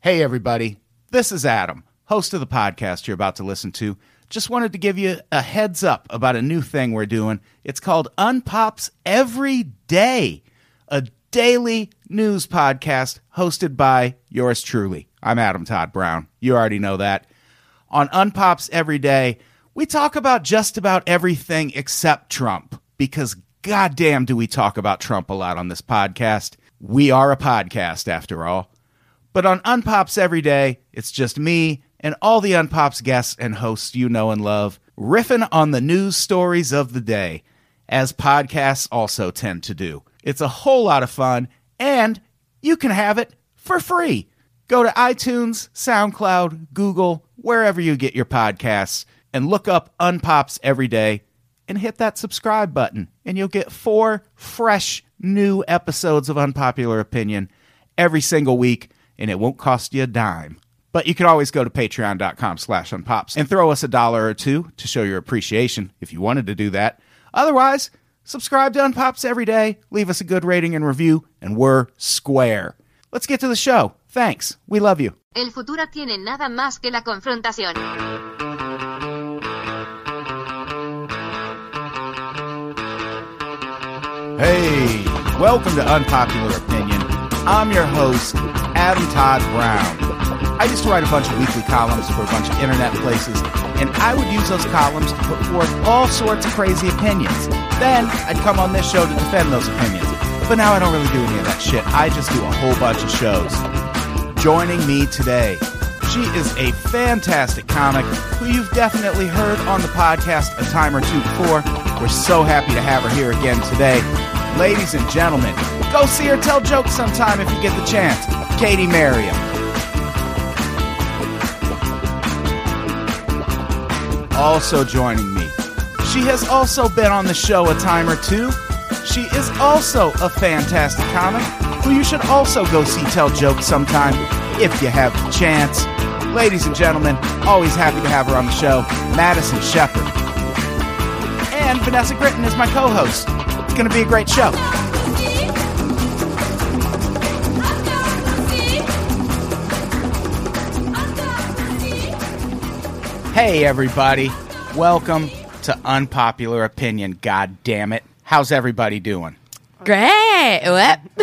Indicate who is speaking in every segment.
Speaker 1: Hey, everybody. This is Adam, host of the podcast you're about to listen to. Just wanted to give you a heads up about a new thing we're doing. It's called Unpops Every Day, a daily news podcast hosted by yours truly. I'm Adam Todd Brown. You already know that. On Unpops Every Day, we talk about just about everything except Trump because goddamn do we talk about Trump a lot on this podcast. We are a podcast after all. But on Unpops Every Day, it's just me and all the Unpops guests and hosts you know and love riffing on the news stories of the day, as podcasts also tend to do. It's a whole lot of fun, and you can have it for free. Go to iTunes, SoundCloud, Google, wherever you get your podcasts, and look up Unpops Every Day and hit that subscribe button, and you'll get four fresh new episodes of Unpopular Opinion every single week, and it won't cost you a dime. But you can always go to patreon.com slash unpops and throw us a dollar or two to show your appreciation if you wanted to do that. Otherwise, subscribe to Unpops every day, leave us a good rating and review, and we're square. Let's get to the show. Thanks. We love you.
Speaker 2: El futuro tiene nada más que la confrontación.
Speaker 1: Hey, welcome to Unpopular Opinion. I'm your host, Adam Todd Brown. I used to write a bunch of weekly columns for a bunch of internet places, and I would use those columns to put forth all sorts of crazy opinions. Then I'd come on this show to defend those opinions. But now I don't really do any of that shit. I just do a whole bunch of shows joining me today. She is a fantastic comic who you've definitely heard on the podcast a time or two before. We're so happy to have her here again today. Ladies and gentlemen, go see her tell jokes sometime if you get the chance. Katie Merriam. Also joining me. She has also been on the show a time or two. She is also a fantastic comic who you should also go see tell jokes sometime if you have the chance. Ladies and gentlemen, always happy to have her on the show, Madison Shepard. And Vanessa Gritton is my co host. It's going to be a great show. Hey, everybody. Welcome to Unpopular Opinion, god damn it. How's everybody doing? Oh.
Speaker 3: Great. What?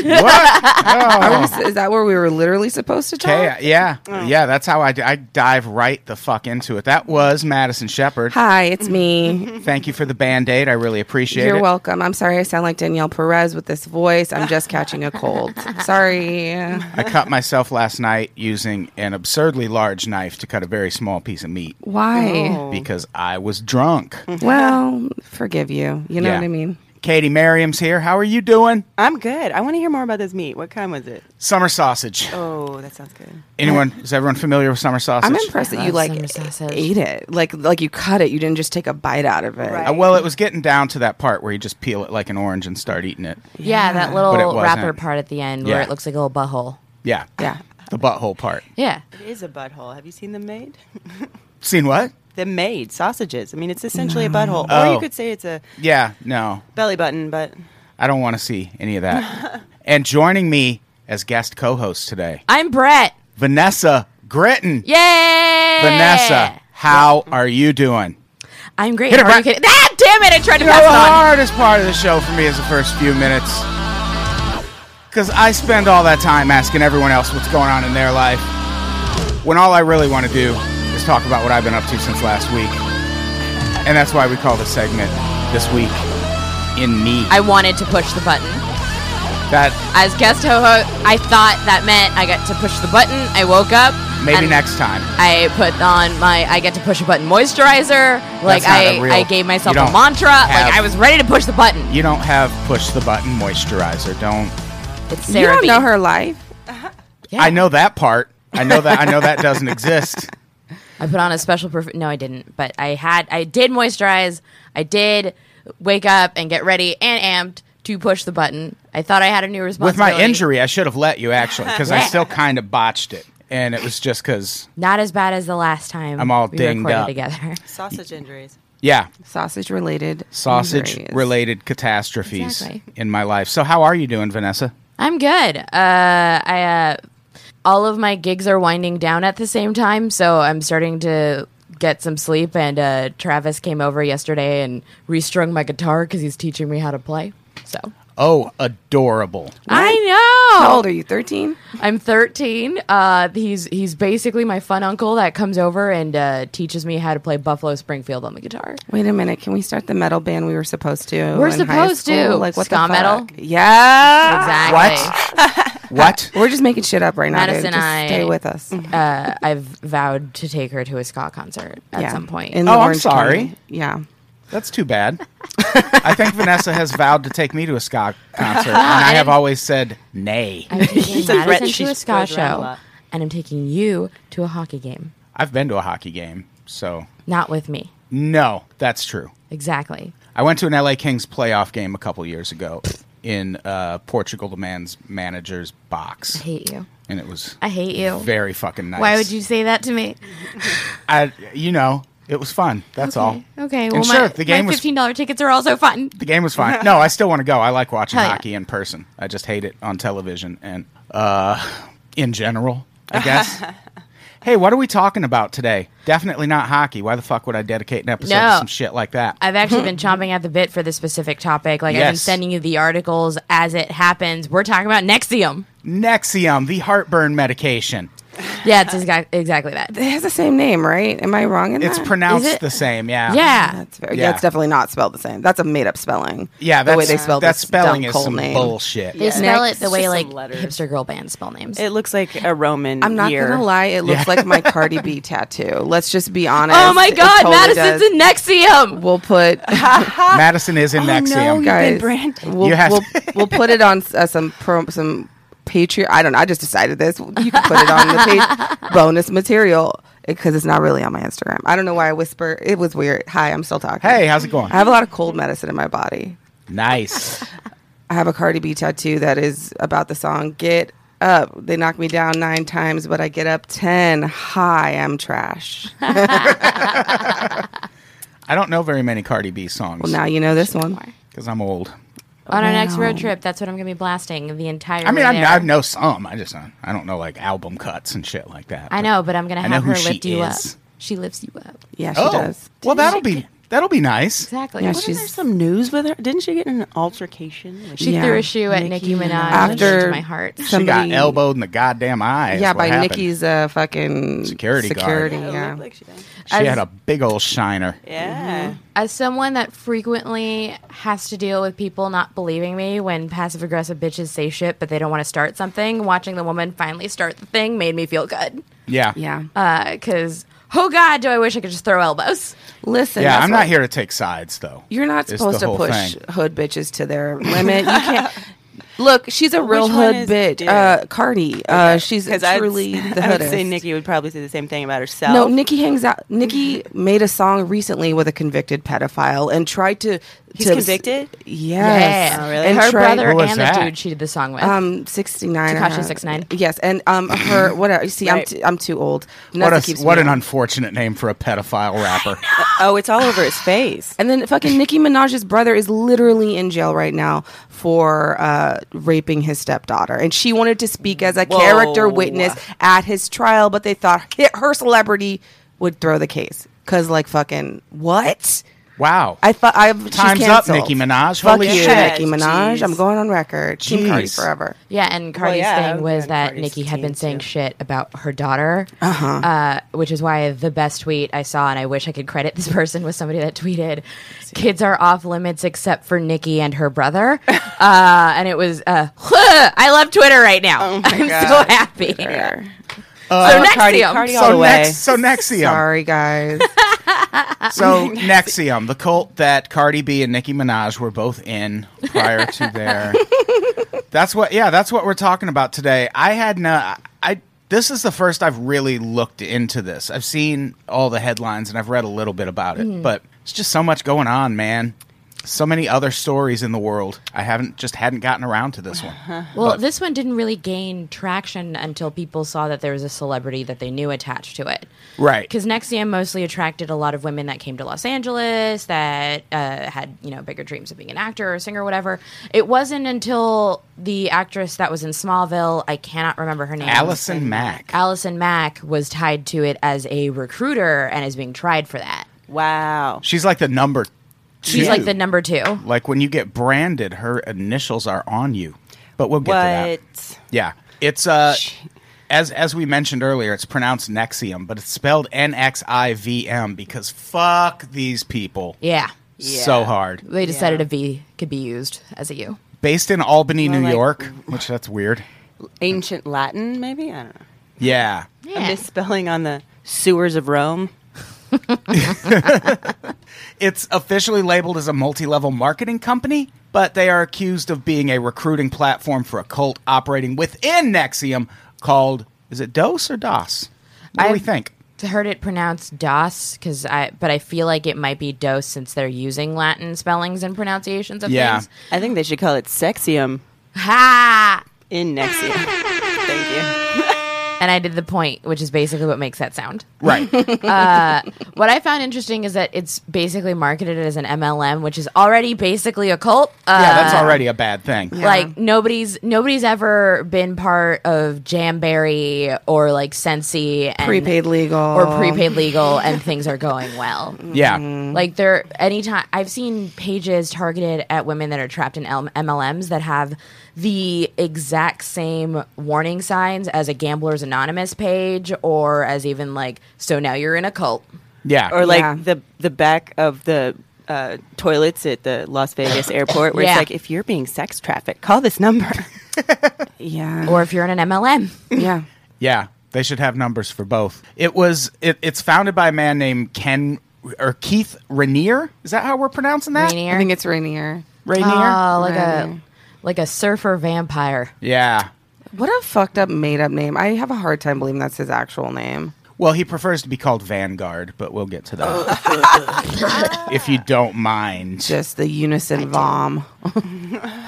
Speaker 4: Is that where we were literally supposed to talk?
Speaker 1: Okay, yeah,
Speaker 4: Oh.
Speaker 1: yeah. That's how I, d- I dive right the fuck into it. That was Madison Shepard.
Speaker 4: Hi, it's me.
Speaker 1: Thank you for the band aid. I really appreciate
Speaker 4: You're
Speaker 1: it.
Speaker 4: welcome. I'm sorry I sound like Danielle Perez with this voice. I'm just catching a cold. Sorry.
Speaker 1: I cut myself last night using an absurdly large knife to cut a very small piece of meat
Speaker 4: Why?
Speaker 1: because I was drunk.
Speaker 4: Well, forgive you. You know
Speaker 1: Yeah.
Speaker 4: what I mean?
Speaker 1: Katie Merriam's here. How are you doing?
Speaker 5: I'm good. I want to hear more about this meat. What kind was it?
Speaker 1: Summer sausage.
Speaker 5: Oh, that sounds good.
Speaker 1: Anyone? Is everyone familiar with summer sausage?
Speaker 4: I'm impressed that you
Speaker 3: love
Speaker 4: like
Speaker 3: summer sausage.
Speaker 4: ate it. Like like you cut it. You didn't just take a bite out of it.
Speaker 1: Uh,
Speaker 5: Right.
Speaker 1: well, it was getting down to that part where you just peel it like an orange and start eating it.
Speaker 3: Yeah, that
Speaker 1: But it
Speaker 3: little
Speaker 1: wasn't.
Speaker 3: wrapper part at the end
Speaker 1: Yeah.
Speaker 3: where it looks like a little butthole.
Speaker 1: Yeah,
Speaker 4: Yeah.
Speaker 1: the butthole part.
Speaker 3: Yeah.
Speaker 5: It is a butthole. Have you seen them made?
Speaker 1: Seen what?
Speaker 5: the made sausages. I mean, it's essentially a butthole. Or
Speaker 1: Oh.
Speaker 5: you could say it's a
Speaker 1: Yeah, no.
Speaker 5: belly button, but
Speaker 1: I don't want to see any of that. and joining me as guest co-host today,
Speaker 3: I'm Brett.
Speaker 1: Vanessa Gritton.
Speaker 3: Yay!
Speaker 1: Vanessa, how are you doing?
Speaker 3: I'm great.
Speaker 1: Hit it,
Speaker 3: How are you
Speaker 1: Brett.
Speaker 3: kidding? Ah, damn it! I tried to
Speaker 1: You know, the
Speaker 3: pass it on.
Speaker 1: hardest part of the show for me is the first few minutes. Because I spend all that time asking everyone else what's going on in their life. When all I really want to do is talk about what I've been up to since last week. And that's why we call this segment This Week in Me.
Speaker 3: I wanted to push the button.
Speaker 1: that
Speaker 3: As guest ho I thought that meant I got to push the button. I woke up.
Speaker 1: maybe
Speaker 3: and
Speaker 1: next time.
Speaker 3: I put on my I get to push a button moisturizer. Like
Speaker 1: not
Speaker 3: I,
Speaker 1: a real-
Speaker 3: I gave myself
Speaker 1: you
Speaker 3: a
Speaker 1: don't
Speaker 3: mantra.
Speaker 1: have-
Speaker 3: Like I was ready to push the button.
Speaker 1: You don't have push the button moisturizer. Don't.
Speaker 3: It's
Speaker 4: You
Speaker 3: Sarah.
Speaker 4: don't
Speaker 3: B.
Speaker 4: know her life.
Speaker 3: Yeah.
Speaker 1: I know that part. I know that. I know that doesn't exist.
Speaker 3: I put on a special perf- no, I didn't, but I had I did moisturize. I did wake up and get ready and amped to push the button. I thought I had a new response
Speaker 1: With my injury, I should have let you actually because I
Speaker 3: Yeah.
Speaker 1: still kind of botched it, and it was just because.
Speaker 3: Not as bad as the last time.
Speaker 1: I'm all
Speaker 3: we
Speaker 1: dinged
Speaker 3: recorded
Speaker 1: up.
Speaker 3: together.
Speaker 5: sausage injuries.
Speaker 1: Yeah,
Speaker 4: Sausage related.
Speaker 1: sausage related catastrophes
Speaker 3: Exactly.
Speaker 1: in my life. So how are you doing, Vanessa?
Speaker 3: I'm good. Uh, I uh, all of my gigs are winding down at the same time, so I'm starting to get some sleep. And uh, Travis came over yesterday and restrung my guitar because he's teaching me how to play. So
Speaker 1: Oh, adorable.
Speaker 3: I know.
Speaker 4: How old are you? 13?
Speaker 3: I'm 13. Uh, he's he's basically my fun uncle that comes over and uh, teaches me how to play Buffalo Springfield on the guitar.
Speaker 4: Wait a minute. Can we start the metal band we were supposed to?
Speaker 3: We're
Speaker 4: in high
Speaker 3: supposed to.
Speaker 4: school? Like what the
Speaker 3: Ska metal?
Speaker 4: fuck? Yeah.
Speaker 3: Exactly.
Speaker 1: What?
Speaker 4: We're just making shit up right now. dude.
Speaker 3: Madison,
Speaker 4: Just
Speaker 3: I-
Speaker 4: stay with us.
Speaker 3: Uh, I've vowed to take her to a ska concert at
Speaker 4: Yeah.
Speaker 3: some point.
Speaker 4: In the
Speaker 1: Oh, I'm
Speaker 4: Orange
Speaker 1: sorry.
Speaker 4: County. Yeah.
Speaker 1: That's too bad. I think Vanessa has vowed to take me to a ska concert, and I have always said nay.
Speaker 3: I'm taking
Speaker 5: It's a threat
Speaker 3: Madison
Speaker 5: she
Speaker 3: to a ska
Speaker 5: throws around a
Speaker 3: show,
Speaker 5: lot.
Speaker 3: and I'm taking you to a hockey game.
Speaker 1: I've been to a hockey game, so
Speaker 3: Not with me.
Speaker 1: no, that's true.
Speaker 3: Exactly.
Speaker 1: I went to an LA Kings playoff game a couple years ago in uh, Portugal the man's manager's box,
Speaker 3: I hate you.
Speaker 1: and it was
Speaker 3: I hate you.
Speaker 1: very fucking nice.
Speaker 3: Why would you say that to me?
Speaker 1: I, you know, it was fun. That's all.
Speaker 3: Okay. Okay. Well,
Speaker 1: Oh. and
Speaker 3: my,
Speaker 1: sure, the game
Speaker 3: my
Speaker 1: was
Speaker 3: fifteen dollar tickets are also fun.
Speaker 1: the game was fun. No, I still want to go. I like watching
Speaker 3: Hell yeah.
Speaker 1: hockey in person. I just hate it on television and uh, in general, I guess. hey, what are we talking about today? Definitely not hockey. Why the fuck would I dedicate an episode to
Speaker 3: No.
Speaker 1: some shit like that?
Speaker 3: I've actually been chomping at the bit for this specific topic. Like I've been
Speaker 1: Yes.
Speaker 3: sending you the articles as it happens. We're talking about Nexium.
Speaker 1: Nexium, the heartburn medication.
Speaker 3: Yeah, it's exac- exactly that.
Speaker 4: It has the same name, right? Am I wrong in
Speaker 1: It's
Speaker 4: that?
Speaker 1: pronounced
Speaker 3: it?
Speaker 1: the same. Yeah.
Speaker 3: Yeah.
Speaker 4: That's very, yeah.
Speaker 1: Yeah.
Speaker 4: it's definitely not spelled the same. That's a made up spelling.
Speaker 1: Yeah, that's,
Speaker 4: the way they spelled
Speaker 1: that
Speaker 4: this
Speaker 1: spelling
Speaker 4: dumb
Speaker 1: is
Speaker 4: cold
Speaker 1: some
Speaker 4: name.
Speaker 1: bullshit.
Speaker 3: They spell it the
Speaker 5: Next,
Speaker 3: way
Speaker 5: just
Speaker 3: like
Speaker 5: some letters.
Speaker 3: hipster girl bands spell names.
Speaker 5: It looks like a Roman.
Speaker 4: I'm not
Speaker 5: year.
Speaker 4: gonna lie, it looks like my Cardi B tattoo. Let's just be honest.
Speaker 3: oh my
Speaker 4: It
Speaker 3: god,
Speaker 4: totally does.
Speaker 3: Madison's in Nexium.
Speaker 4: We'll put
Speaker 1: Madison is
Speaker 4: Oh,
Speaker 1: in Nexium.
Speaker 5: Oh, you-
Speaker 4: guys.
Speaker 5: branded.
Speaker 4: We'll,
Speaker 1: You have
Speaker 4: we'll,
Speaker 1: to-
Speaker 4: we'll put it on uh, some pro, some Patreon. I don't know. I just decided this. You can put it on the page. bonus material because it's not really on my Instagram. I don't know why I whisper. It was weird. Hi, I'm still talking.
Speaker 1: Hey, how's it going?
Speaker 4: I have a lot of cold medicine in my body.
Speaker 1: Nice.
Speaker 4: I have a Cardi B tattoo that is about the song "Get Up." They knock me down nine times, but I get up ten. Hi, I'm trash. well,
Speaker 1: I don't know very many Cardi B songs
Speaker 4: now you know this one.
Speaker 1: because I'm old.
Speaker 3: On our next
Speaker 4: Wow.
Speaker 3: road trip, that's what I'm gonna be blasting the entire.
Speaker 1: I mean,
Speaker 3: way
Speaker 1: I,
Speaker 3: there.
Speaker 1: I know some. I just don't, I don't know like album cuts and shit like that.
Speaker 3: I know, but I'm gonna
Speaker 1: I know
Speaker 3: have
Speaker 1: who
Speaker 3: her
Speaker 1: she
Speaker 3: lift you
Speaker 1: is.
Speaker 3: up. She lifts you up.
Speaker 4: Yeah, she
Speaker 1: Oh,
Speaker 4: does.
Speaker 1: well, that'll be that'll be nice.
Speaker 3: Exactly.
Speaker 4: Yeah,
Speaker 3: What
Speaker 4: she's-
Speaker 3: if
Speaker 5: There's some news with her. Didn't she get in an altercation? Like,
Speaker 3: she
Speaker 4: Yeah.
Speaker 3: threw a shoe at Nicki
Speaker 5: Nicki
Speaker 3: Minaj
Speaker 5: Minaj.
Speaker 3: after
Speaker 4: After-
Speaker 3: my heart.
Speaker 1: She got
Speaker 4: Somebody-
Speaker 1: elbowed in the goddamn eye. is
Speaker 4: Yeah,
Speaker 1: what
Speaker 4: by
Speaker 1: happened.
Speaker 4: Nikki's uh, fucking
Speaker 1: Security guard.
Speaker 4: Security,
Speaker 5: Yeah, it
Speaker 4: yeah.
Speaker 5: looked like she did.
Speaker 1: She
Speaker 3: As-
Speaker 1: had a big old shiner.
Speaker 5: Yeah.
Speaker 4: Mm-hmm.
Speaker 3: As someone that frequently has to deal with people not believing me when passive aggressive bitches say shit but they don't want to start something, watching the woman finally start the thing made me feel good.
Speaker 1: Yeah,
Speaker 4: yeah.
Speaker 3: Because, oh God, do I wish I could just throw elbows.
Speaker 4: Listen,
Speaker 1: yeah.
Speaker 4: that's
Speaker 1: I'm
Speaker 4: what-
Speaker 1: not here to take sides though.
Speaker 4: You're not
Speaker 1: It's the
Speaker 4: supposed to
Speaker 1: whole
Speaker 4: push
Speaker 1: thing.
Speaker 4: hood bitches to their limit. You can't. Look, she's a real
Speaker 5: Which one
Speaker 4: hood
Speaker 5: is
Speaker 4: bitch,
Speaker 5: Dick?
Speaker 4: uh, Cardi. Uh, she's
Speaker 5: Because I
Speaker 4: truly the
Speaker 5: I would say
Speaker 4: hoodest.
Speaker 5: Nikki would probably say the same thing about herself.
Speaker 4: No, Nikki hangs out. Nikki made a song recently with a convicted pedophile and tried to.
Speaker 5: He's
Speaker 4: to-
Speaker 5: convicted?
Speaker 4: Yes.
Speaker 3: Yeah.
Speaker 5: Oh, really?
Speaker 4: And
Speaker 3: Her
Speaker 4: tried-
Speaker 3: brother
Speaker 1: Who was
Speaker 3: and
Speaker 1: that?
Speaker 3: the dude she did the song with.
Speaker 4: Um, sixty nine.
Speaker 3: Tekashi 69.
Speaker 4: Yes, and um, her whatever. You see, I'm
Speaker 5: Right.
Speaker 4: t- I'm too old.
Speaker 1: What
Speaker 4: Nessa
Speaker 1: a
Speaker 4: keeps
Speaker 1: what
Speaker 4: me
Speaker 1: an
Speaker 4: out.
Speaker 1: unfortunate name for a pedophile rapper.
Speaker 5: Oh, it's all over his face.
Speaker 4: And then fucking Nicki Minaj's brother is literally in jail right now for uh, raping his stepdaughter, and she wanted to speak as a
Speaker 5: Whoa.
Speaker 4: character witness at his trial, but they thought hi- her celebrity would throw the case because, like, fucking what?
Speaker 1: Wow.
Speaker 4: I thought I've she's
Speaker 1: Time's up,
Speaker 4: canceled.
Speaker 1: Nicki Minaj.
Speaker 4: Fuck
Speaker 1: Holy
Speaker 4: you,
Speaker 1: shit.
Speaker 4: Nicki Minaj.
Speaker 5: Jeez.
Speaker 4: I'm going on record. Team Cardi
Speaker 1: Jeez.
Speaker 4: forever.
Speaker 3: Yeah, and Cardi's
Speaker 5: yeah, I would
Speaker 3: thing was
Speaker 5: be on
Speaker 3: that
Speaker 5: Cardi's
Speaker 3: Nikki had
Speaker 5: team,
Speaker 3: been saying
Speaker 5: too.
Speaker 3: shit about her daughter, uh-huh. which is why the best tweet I saw, and I wish I could credit this person, was somebody that tweeted, "Kids are off limits except for Nikki and her brother," uh, and it was, uh, "I love Twitter right now.
Speaker 5: Oh my
Speaker 3: I'm
Speaker 5: God,
Speaker 3: so happy." so next
Speaker 5: Cardi-
Speaker 3: Cardi,
Speaker 5: Cardi- all
Speaker 1: Uh, so
Speaker 5: the way.
Speaker 1: next, so Nexium.
Speaker 4: Sorry, guys.
Speaker 1: So Nexium, the cult that Cardi B and Nicki Minaj were both in prior to their. that's what. Yeah, that's what we're talking about today. I had no. I. This is the first I've really looked into this.
Speaker 3: Hmm.
Speaker 1: I've seen all the headlines and I've read a little bit about it, but it's just so much going on, man. so many other stories in the world. I haven't just hadn't gotten around to this one.
Speaker 3: Well, this one didn't really gain traction until people saw that there was a celebrity that they knew attached to it.
Speaker 1: Right.
Speaker 3: Because Nexium mostly attracted a lot of women that came to Los Angeles that uh, had, you know, bigger dreams of being an actor or a singer or whatever. It wasn't until the actress that was in Smallville, I cannot remember her name.
Speaker 1: Allison Mack.
Speaker 3: Allison Mack was tied to it as a recruiter and is being tried for that.
Speaker 5: Wow.
Speaker 1: She's like the number two.
Speaker 3: She's like the number two.
Speaker 1: Like when you get branded, her initials are on you. But we'll get to that.
Speaker 5: What?
Speaker 1: Yeah. It's uh
Speaker 5: Sh-
Speaker 1: as as we mentioned earlier, it's pronounced Nexium, but it's spelled N X I V M because fuck these people.
Speaker 3: Yeah.
Speaker 1: So
Speaker 5: Yeah.
Speaker 1: hard.
Speaker 3: They decided a V could be used as a U.
Speaker 1: Based in Albany,
Speaker 5: Well,
Speaker 1: New
Speaker 5: like-
Speaker 1: York, which that's weird.
Speaker 5: Ancient Latin, maybe? I don't know.
Speaker 1: Yeah.
Speaker 5: A misspelling on the sewers of Rome.
Speaker 1: It's officially labeled as a multi level marketing company, but they are accused of being a recruiting platform for a cult operating within Nexium called, is it DOS or DOS? What do we
Speaker 3: I've-
Speaker 1: think?
Speaker 3: heard it pronounced DOS because I, but I feel like it might be DOS since they're using Latin spellings and pronunciations of
Speaker 1: Yeah.
Speaker 3: things.
Speaker 5: I think they should call it Sexium
Speaker 3: Ha!
Speaker 5: in Nexium. Thank you.
Speaker 3: And I did the point, which is basically what makes that sound.
Speaker 1: Right.
Speaker 3: What I found interesting is that it's basically marketed as an MLM, which is already basically a cult. Uh,
Speaker 1: yeah, that's already a bad thing.
Speaker 3: Like nobody's nobody's ever been part of Jamberry or like Sensi and
Speaker 4: Prepaid legal.
Speaker 3: or prepaid legal, and things are going well.
Speaker 4: Mm-hmm.
Speaker 1: Yeah.
Speaker 3: Like there, anytime I've seen pages targeted at women that are trapped in L- MLMs that have the exact same warning signs as a Gamblers Anonymous page, or as even like, so now you're in a cult.
Speaker 1: Yeah.
Speaker 5: Or like
Speaker 4: Yeah.
Speaker 5: the the back of the uh, toilets at the Las Vegas airport, where
Speaker 3: Yeah.
Speaker 5: it's like, if you're being sex trafficked, call this number.
Speaker 4: Yeah.
Speaker 3: Or if you're in an MLM,
Speaker 4: yeah.
Speaker 1: Yeah, they should have numbers for both. It was it, it's founded by a man named Ken or Keith Rainier. Is that how we're pronouncing that?
Speaker 3: Rainier.
Speaker 4: I think it's Rainier.
Speaker 1: Rainier?
Speaker 3: Oh, like a
Speaker 4: Rainier.
Speaker 3: like a surfer vampire.
Speaker 1: yeah.
Speaker 4: What a fucked up made up name. I have a hard time believing that's his actual name.
Speaker 1: Well, he prefers to be called Vanguard, but we'll get to that.
Speaker 3: Oh.
Speaker 1: if you don't mind.
Speaker 4: Just the unison vom.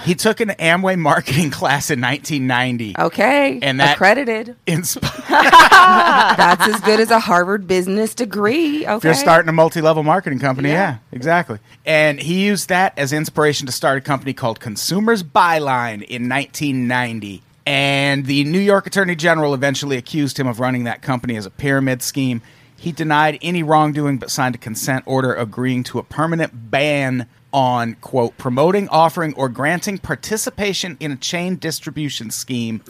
Speaker 1: He took an Amway marketing class in 1990.
Speaker 3: Oh.
Speaker 4: Okay.
Speaker 1: And that-
Speaker 4: accredited.
Speaker 1: Insp-
Speaker 4: That's as good as a Harvard business degree. Okay.
Speaker 1: if you're starting a multi-level marketing company, yeah. exactly. And he used that as inspiration to start a company called Consumers Byline in 1990. And the New York Attorney General eventually accused him of running that company as a pyramid scheme. He denied any wrongdoing but signed a consent order agreeing to a permanent ban on quote promoting, offering or granting participation in a chain distribution scheme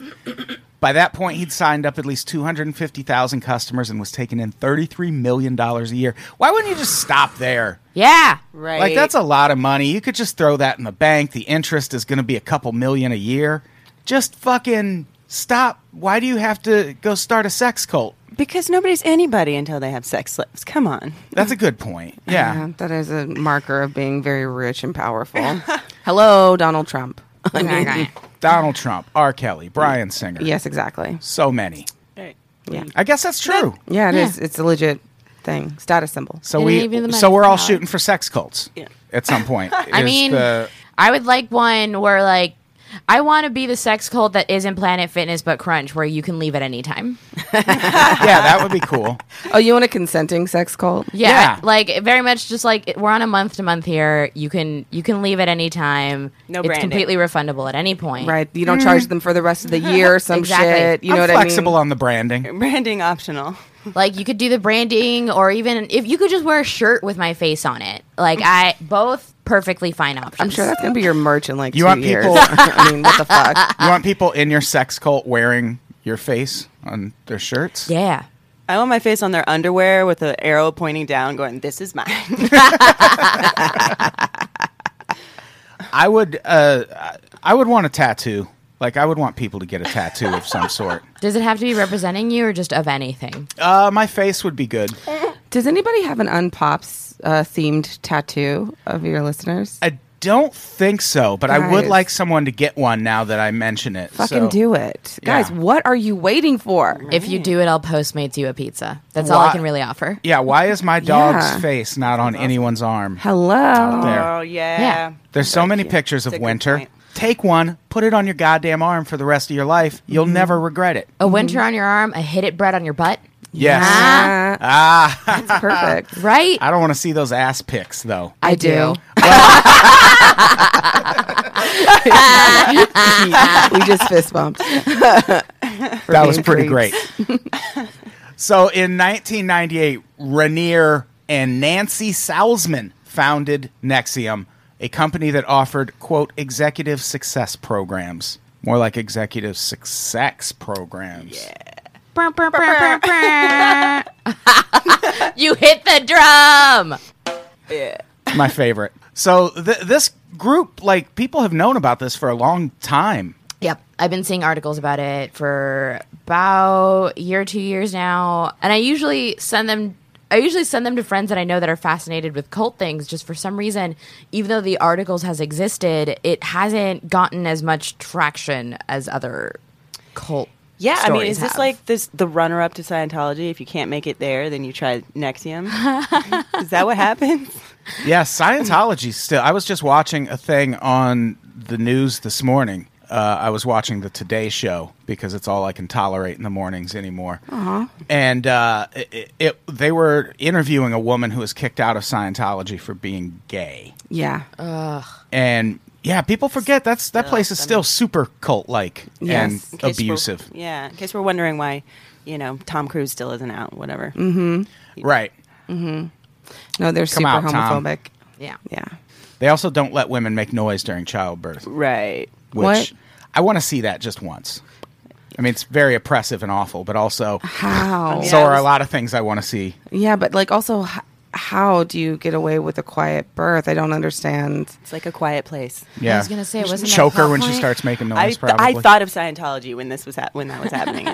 Speaker 1: By that point, he'd signed up at least 250,000 customers and was taking in $33 million a year. Why wouldn't you just stop there?
Speaker 3: Yeah.
Speaker 5: right.
Speaker 1: Like, that's a lot of money. You could just throw that in the bank. The interest is going to be a couple million a year. Just fucking stop. Why do you have to go start a sex cult?
Speaker 5: because nobody's anybody until they have sex lives. Come on.
Speaker 1: That's a good point. Yeah.
Speaker 4: Yeah, that is a marker of being very rich and powerful. Hello, Donald Trump.
Speaker 1: Donald Trump, R. Kelly, Brian Singer.
Speaker 4: yes, exactly.
Speaker 1: So many.
Speaker 4: Yeah.
Speaker 1: I guess that's true.
Speaker 4: Yeah, it is.
Speaker 3: Yeah.
Speaker 4: It's a legit thing. Status symbol.
Speaker 1: So
Speaker 3: And
Speaker 1: we,
Speaker 3: even the
Speaker 1: so we're all
Speaker 3: Manhattan Hour.
Speaker 1: shooting for sex cults
Speaker 5: Yeah.
Speaker 1: at some point.
Speaker 3: I
Speaker 1: Is
Speaker 3: mean,
Speaker 1: the-
Speaker 3: I would like one where like I want to be the sex cult that isn't Planet Fitness but Crunch, where you can leave at any time.
Speaker 1: yeah, that would be cool.
Speaker 4: Oh, you want a consenting sex cult?
Speaker 3: Yeah,
Speaker 1: Yeah.
Speaker 3: like very much just like we're on a month to month here. You can you can leave at any time.
Speaker 5: No
Speaker 3: it's
Speaker 5: branding.
Speaker 3: completely refundable at any point.
Speaker 4: Right. You don't charge them for the rest of the year or some
Speaker 3: Exactly.
Speaker 4: shit. You know
Speaker 1: I'm
Speaker 4: what
Speaker 1: flexible
Speaker 4: I mean?
Speaker 1: on the branding.
Speaker 5: Branding optional.
Speaker 3: Like you could do the branding, or even if you could just wear a shirt with my face on it. Like I both perfectly fine options.
Speaker 4: I'm sure that's gonna be your merch in like
Speaker 1: You
Speaker 4: two
Speaker 1: want
Speaker 4: years.
Speaker 1: people-
Speaker 4: I mean, what the fuck?
Speaker 1: You want people in your sex cult wearing your face on their shirts?
Speaker 3: Yeah.
Speaker 5: I want my face on their underwear with an arrow pointing down, going, "This is mine."
Speaker 1: I would. Uh, I would want a tattoo. Like I would want people to get a tattoo of some sort.
Speaker 3: Does it have to be representing you, or just of anything?
Speaker 1: Uh, my face would be good.
Speaker 4: Eh. Does anybody have an unpops uh, themed tattoo of your listeners?
Speaker 1: I don't think so, but I would
Speaker 4: Guys.
Speaker 1: like someone to get one now that I mention it.
Speaker 4: Fucking
Speaker 1: so.
Speaker 4: do it, guys.
Speaker 1: Yeah.
Speaker 4: What are you waiting for?
Speaker 3: If you do it, I'll Postmates you a pizza. That's all
Speaker 1: Why-
Speaker 3: I can really offer.
Speaker 1: Yeah, why is my dog's
Speaker 4: Yeah.
Speaker 1: face not on anyone's arm?
Speaker 4: Hello.
Speaker 1: There.
Speaker 5: Oh yeah.
Speaker 3: Yeah.
Speaker 1: There's so many pictures
Speaker 5: It's
Speaker 1: of
Speaker 5: a good
Speaker 1: winter.
Speaker 5: point.
Speaker 1: Take one, put it on your goddamn arm for the rest of your life. You'll
Speaker 4: Mm-hmm.
Speaker 1: never regret it.
Speaker 3: A winter on your arm, a hit it bread on your butt,
Speaker 1: Yes.
Speaker 4: Ah,
Speaker 1: Ah,
Speaker 4: that's perfect.
Speaker 3: right?
Speaker 1: I don't want to see those ass pics though.
Speaker 3: I do.
Speaker 4: we just fist bumped.
Speaker 1: that was pretty great. so in 1998, Rainier and Nancy Salzman founded Nexium, a company that offered, quote, executive success programs. More like executive success programs.
Speaker 3: You hit the drum.
Speaker 1: My favorite. So th- this group, like, people have known about this for a long time.
Speaker 3: Yep. I've been seeing articles about it for about a year, two years now. And I usually send them I usually send them to friends that I know that are fascinated with cult things. Just for some reason, even though the articles has existed, it hasn't gotten as much traction as other cult.
Speaker 5: Yeah, I mean,
Speaker 3: stories
Speaker 5: is this
Speaker 3: have.
Speaker 5: like this the runner up to Scientology? If you can't make it there, then you try Nexium. is that what happens?
Speaker 1: Yeah, Scientology still. I was just watching a thing on the news this morning. Uh, I was watching the Today Show because it's all I can tolerate in the mornings anymore.
Speaker 5: Uh-huh.
Speaker 1: And uh, it, it, they were interviewing a woman who was kicked out of Scientology for being gay.
Speaker 4: Yeah.
Speaker 1: And yeah, people forget that's that place is still super cult like
Speaker 4: Yes.
Speaker 5: In
Speaker 1: and
Speaker 5: case we're-
Speaker 1: abusive.
Speaker 5: Yeah, in case we're wondering why, you know, Tom Cruise still isn't out. Whatever.
Speaker 3: Mm-hmm.
Speaker 1: Right.
Speaker 4: No, they're super
Speaker 1: out, Tom.
Speaker 4: homophobic.
Speaker 3: Yeah.
Speaker 4: Yeah.
Speaker 1: They also don't let women make noise during childbirth.
Speaker 5: Right.
Speaker 1: which
Speaker 4: What?
Speaker 1: I want to see that just once. I mean, it's very oppressive and awful, but also
Speaker 4: Uh-huh. How?
Speaker 1: so
Speaker 5: Yeah,
Speaker 1: are
Speaker 5: it
Speaker 1: a
Speaker 5: was-
Speaker 1: lot of things I want to see.
Speaker 4: Yeah, but like also, h- how do you get away with a quiet birth? I don't understand.
Speaker 5: It's like a quiet place.
Speaker 1: Yeah,
Speaker 3: I was gonna say it wasn't that
Speaker 1: choke her
Speaker 3: plot
Speaker 1: when she
Speaker 3: point?
Speaker 1: starts making noise.
Speaker 5: I, th-
Speaker 1: probably.
Speaker 5: I thought of Scientology when this was hap when that was happening.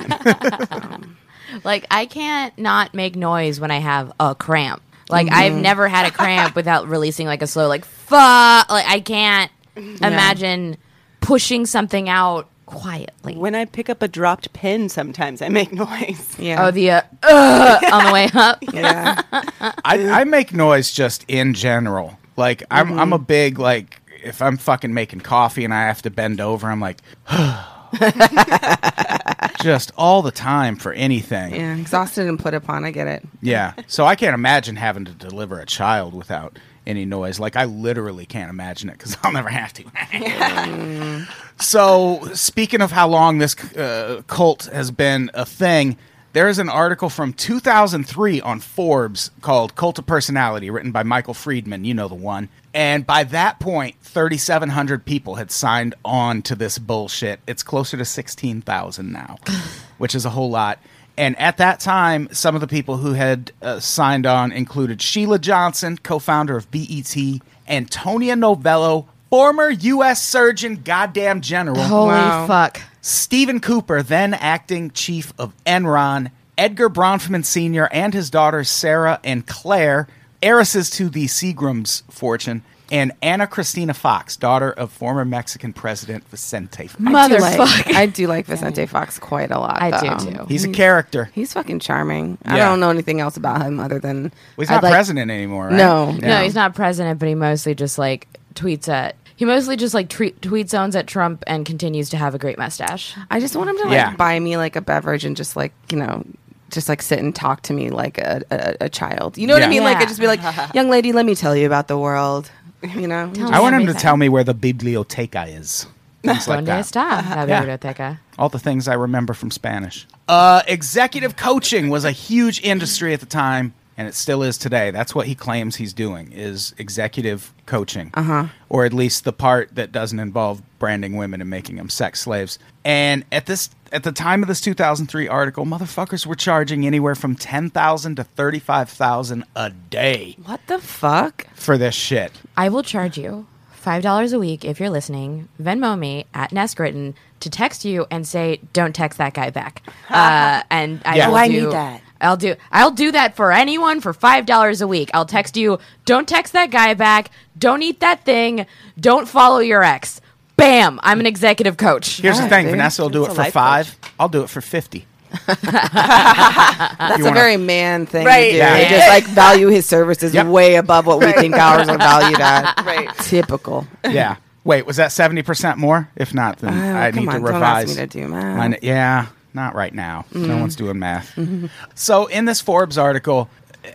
Speaker 3: Like I can't not make noise when I have a cramp. Like I've
Speaker 1: Mm-hmm.
Speaker 3: never had a cramp without releasing like a slow like fuck. Like I can't imagine pushing something out quietly.
Speaker 5: when I pick up a dropped pen, sometimes I make noise.
Speaker 4: Yeah.
Speaker 3: Oh the uh, uh, on the way up.
Speaker 4: yeah.
Speaker 1: I, I make noise just in general. Like I'm, I'm a big like if I'm fucking making coffee and I have to bend over, I'm like. just all the time for anything.
Speaker 4: yeah. Exhausted and put upon. I get it.
Speaker 1: Yeah. So I can't imagine having to deliver a child without any noise. Like I literally can't imagine it because I'll never have to. so speaking of how long this uh, cult has been a thing, there is an article from 2003 on Forbes called "Cult of Personality," written by Michael Friedman. You know the one. And by that point, 3,700 people had signed on to this bullshit. It's closer to 16,000 now, which is a whole lot. And at that time, some of the people who had uh, signed on included Sheila Johnson, co founder of E BET, Antonia Novello, former U.S. Surgeon, goddamn general,
Speaker 3: Holy
Speaker 4: Wow.
Speaker 3: fuck.
Speaker 1: Stephen Cooper, then acting chief of Enron, Edgar Bronfman Sr., and his daughters Sarah and Claire, heiresses to the Seagrams fortune, and Anna Christina Fox, daughter of former Mexican President Vicente Fox.
Speaker 4: I do like-
Speaker 3: Motherfucker.
Speaker 4: I do like Vicente Fox quite a lot.
Speaker 3: I do
Speaker 4: though.
Speaker 3: too.
Speaker 1: He's a character.
Speaker 4: He's fucking charming. I
Speaker 1: Yeah.
Speaker 4: don't know anything else about him other than
Speaker 1: Well, he's not
Speaker 3: like-
Speaker 1: president anymore, right?
Speaker 4: No.
Speaker 1: Yeah.
Speaker 3: No, he's not president, but he mostly just like tweets at. He mostly just like tweet, tweets owns at Trump and continues to have a great mustache.
Speaker 4: I just want him to like
Speaker 1: Yeah.
Speaker 4: buy me like a beverage and just like you know. Just like sit and talk to me like a, a, a child. You know what
Speaker 1: Yeah.
Speaker 4: I mean? Like
Speaker 3: Yeah.
Speaker 4: I'd just be like, young lady, let me tell you about the world. You know?
Speaker 3: Tell
Speaker 1: I want him to
Speaker 3: Amazing.
Speaker 1: tell me where the biblioteca is. Things like
Speaker 3: Donde
Speaker 1: that.
Speaker 3: está la
Speaker 1: Yeah.
Speaker 3: biblioteca?
Speaker 1: All the things I remember from Spanish. Uh, executive coaching was a huge industry at the time, and it still is today. That's what he claims he's doing is executive coaching, uh-huh. or at least the part that doesn't involve branding women and making them sex slaves. And at this, at the time of this 2003 article, motherfuckers were charging anywhere from 10,000 to 35,000 a day
Speaker 4: What the fuck?
Speaker 1: for this shit.
Speaker 3: I will charge you five dollars a week if you're listening. Venmo me at Neskritton to text you and say, "Don't text that guy back." Uh, and I
Speaker 1: Yeah.
Speaker 3: will
Speaker 1: Oh, I
Speaker 3: do-
Speaker 5: need that.
Speaker 3: I'll do I'll do that for anyone for five dollars a week. I'll text you, don't text that guy back, don't eat that thing, don't follow your ex. Bam! I'm an executive coach.
Speaker 1: Here's the
Speaker 4: Alright,
Speaker 1: thing,
Speaker 4: Oh, dude.
Speaker 1: Vanessa will do it
Speaker 5: That's a
Speaker 1: for
Speaker 5: life
Speaker 1: five. I'll do it for fifty.
Speaker 4: That's a
Speaker 1: Uh, wanna-
Speaker 4: very man thing
Speaker 5: Right.
Speaker 4: to do.
Speaker 5: Yeah.
Speaker 4: They just like value his services
Speaker 1: Yep.
Speaker 4: way above what we think ours are valued at.
Speaker 5: Right.
Speaker 4: Typical.
Speaker 1: Yeah. Wait, was that seventy percent more? If not, then
Speaker 4: Oh,
Speaker 1: I
Speaker 4: come
Speaker 1: need to
Speaker 4: on, don't
Speaker 1: revise.
Speaker 4: ask me to do math.
Speaker 1: Mine- yeah, not right now. No one's doing math. So in this Forbes article,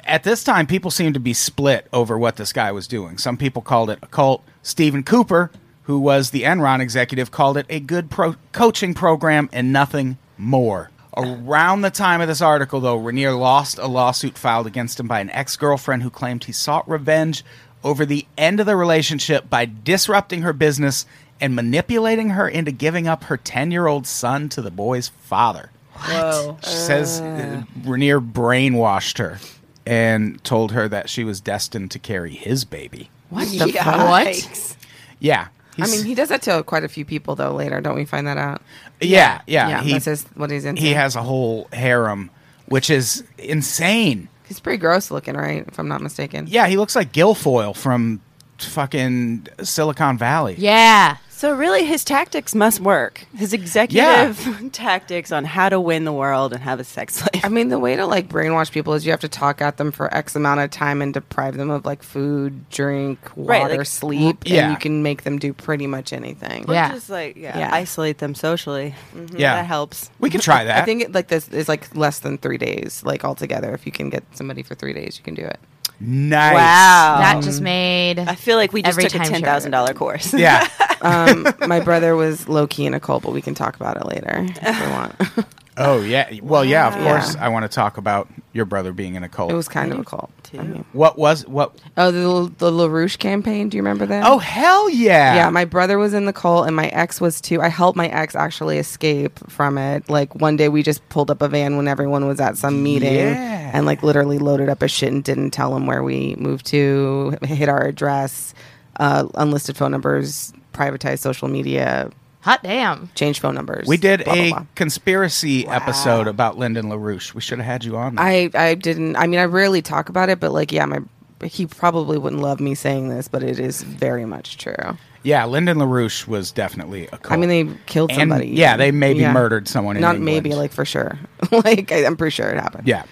Speaker 1: at this time, people seemed to be split over what this guy was doing. Some people called it a cult. Stephen Cooper, who was the Enron executive, called it a good pro- coaching program and nothing more. Around the time of this article, though, Rainier lost a lawsuit filed against him by an ex girlfriend who claimed he sought revenge over the end of the relationship by disrupting her business and manipulating her into giving up her 10 year old son to the boy's father.
Speaker 5: Whoa.
Speaker 1: She says uh, Rainier brainwashed her and told her that she was destined to carry his baby.
Speaker 4: What the fuck?
Speaker 3: What?
Speaker 1: Yeah.
Speaker 4: I
Speaker 1: he's-
Speaker 4: mean, he does that to quite a few people though. Later, don't we find that out?
Speaker 1: yeah, yeah.
Speaker 4: yeah,
Speaker 1: he,
Speaker 4: that's his, what he's into.
Speaker 1: he has a whole harem, which is insane.
Speaker 4: He's pretty gross looking, right? If I'm not mistaken.
Speaker 1: Yeah, he looks like Guilfoyle from fucking Silicon Valley.
Speaker 3: Yeah.
Speaker 5: So really, his tactics must work. His executive tactics on how to win the world and have a sex life.
Speaker 4: I mean, the way to like brainwash people is you have to talk at them for X amount of time and deprive them of like food, drink, water,
Speaker 5: Right, like-
Speaker 4: sleep,
Speaker 1: Yeah.
Speaker 4: and you can make them do pretty much anything.
Speaker 3: Yeah.
Speaker 5: Just like yeah,
Speaker 4: Yeah.
Speaker 5: isolate them socially. Mm-hmm.
Speaker 1: Yeah.
Speaker 5: that helps.
Speaker 1: We could try that.
Speaker 4: I think it, like this is like less than three days, like altogether. If you can get somebody for three days, you can do it.
Speaker 1: nice.
Speaker 5: Wow.
Speaker 3: That just made
Speaker 5: Um, I feel like we just
Speaker 3: every
Speaker 5: took a
Speaker 3: time
Speaker 5: ten
Speaker 3: she-
Speaker 5: thousand dollar course.
Speaker 1: Yeah.
Speaker 4: Um, my brother was low key in a cult, but we can talk about it later if we want.
Speaker 1: Oh yeah. Well, yeah. Of
Speaker 4: Wow.
Speaker 1: course,
Speaker 4: Yeah.
Speaker 1: I want to talk about your brother being in a cult.
Speaker 4: it was kind of a cult. I mean-
Speaker 1: what was what?
Speaker 4: Oh, the L- the LaRouche campaign. Do you remember that?
Speaker 1: Oh hell yeah!
Speaker 4: Yeah, my brother was in the cult and my ex was too. I helped my ex actually escape from it. Like one day we just pulled up a van when everyone was at some meeting
Speaker 1: Yeah.
Speaker 4: and like literally loaded up a shit and didn't tell him where we moved to, hid our address, uh, unlisted phone numbers, privatized social media,
Speaker 3: hot damn.
Speaker 4: changed phone numbers.
Speaker 1: we did
Speaker 4: blah, blah,
Speaker 1: a
Speaker 4: blah.
Speaker 1: conspiracy episode about Lyndon LaRouche. We should have had you on. that.
Speaker 4: I I didn't. I mean, I rarely talk about it, but like, yeah, my he probably wouldn't love me saying this, but it is very much true.
Speaker 1: yeah, Lyndon LaRouche was definitely a cult.
Speaker 4: I mean, they killed
Speaker 1: And-
Speaker 4: somebody.
Speaker 1: yeah, they maybe
Speaker 4: Yeah.
Speaker 1: murdered someone in
Speaker 4: Not
Speaker 1: England.
Speaker 4: maybe, like for sure. like I, I'm pretty sure it happened.
Speaker 1: yeah,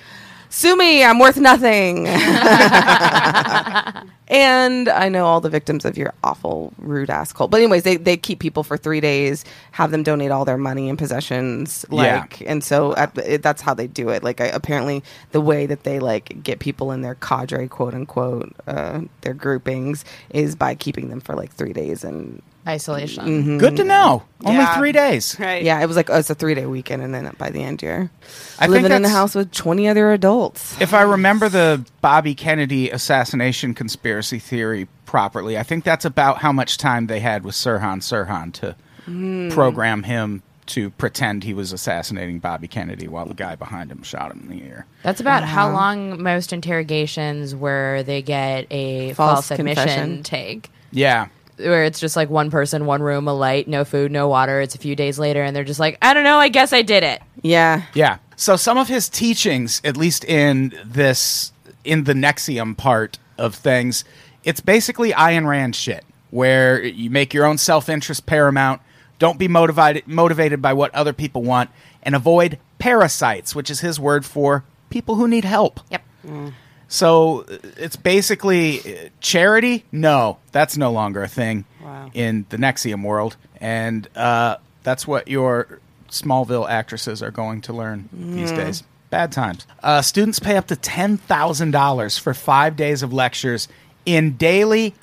Speaker 4: sue me, I'm worth nothing. and I know all the victims of your awful, rude ass cult. But anyways, they they keep people for three days, have them donate all their money and possessions,
Speaker 1: Yeah.
Speaker 4: like, and so at, the- it, that's how they do it. Like I, apparently, the way that they like get people in their cadre, quote unquote, uh, their groupings is by keeping them for like three days and
Speaker 3: Isolation.
Speaker 4: Hmm.
Speaker 1: good to know. Only
Speaker 5: Yeah.
Speaker 1: three days.
Speaker 5: Right.
Speaker 4: Yeah, it was like oh, it's a three day weekend, and then by the end you're
Speaker 1: I think
Speaker 4: living in the
Speaker 1: that's-
Speaker 4: house with twenty other adults.
Speaker 1: If I remember the Bobby Kennedy assassination conspiracy theory properly, I think that's about how much time they had with Sirhan Sirhan to
Speaker 4: Hmm.
Speaker 1: program him to pretend he was assassinating Bobby Kennedy while the guy behind him shot him in the ear.
Speaker 3: That's about how long most interrogations where they get a
Speaker 4: False
Speaker 3: false, admission
Speaker 4: confession.
Speaker 3: take.
Speaker 1: Yeah.
Speaker 3: Where it's just like one person, one room, a light, no food, no water. It's a few days later, and they're just like, I don't know, I guess I did it.
Speaker 4: Yeah,
Speaker 1: Yeah. So some of his teachings, at least in this in the Nexium part of things, it's basically Ayn Rand shit, where you make your own self interest paramount, don't be motivated motivated by what other people want, and avoid parasites, which is his word for people who need help.
Speaker 3: Yep.
Speaker 1: So uh, it's basically uh, charity. No, that's no longer a thing
Speaker 5: Wow.
Speaker 1: in the Nexium world, and uh, that's what your Smallville actresses are going to learn these
Speaker 3: Mm.
Speaker 1: days. Bad times. Uh, students pay up to ten thousand dollars for five days of lectures in daily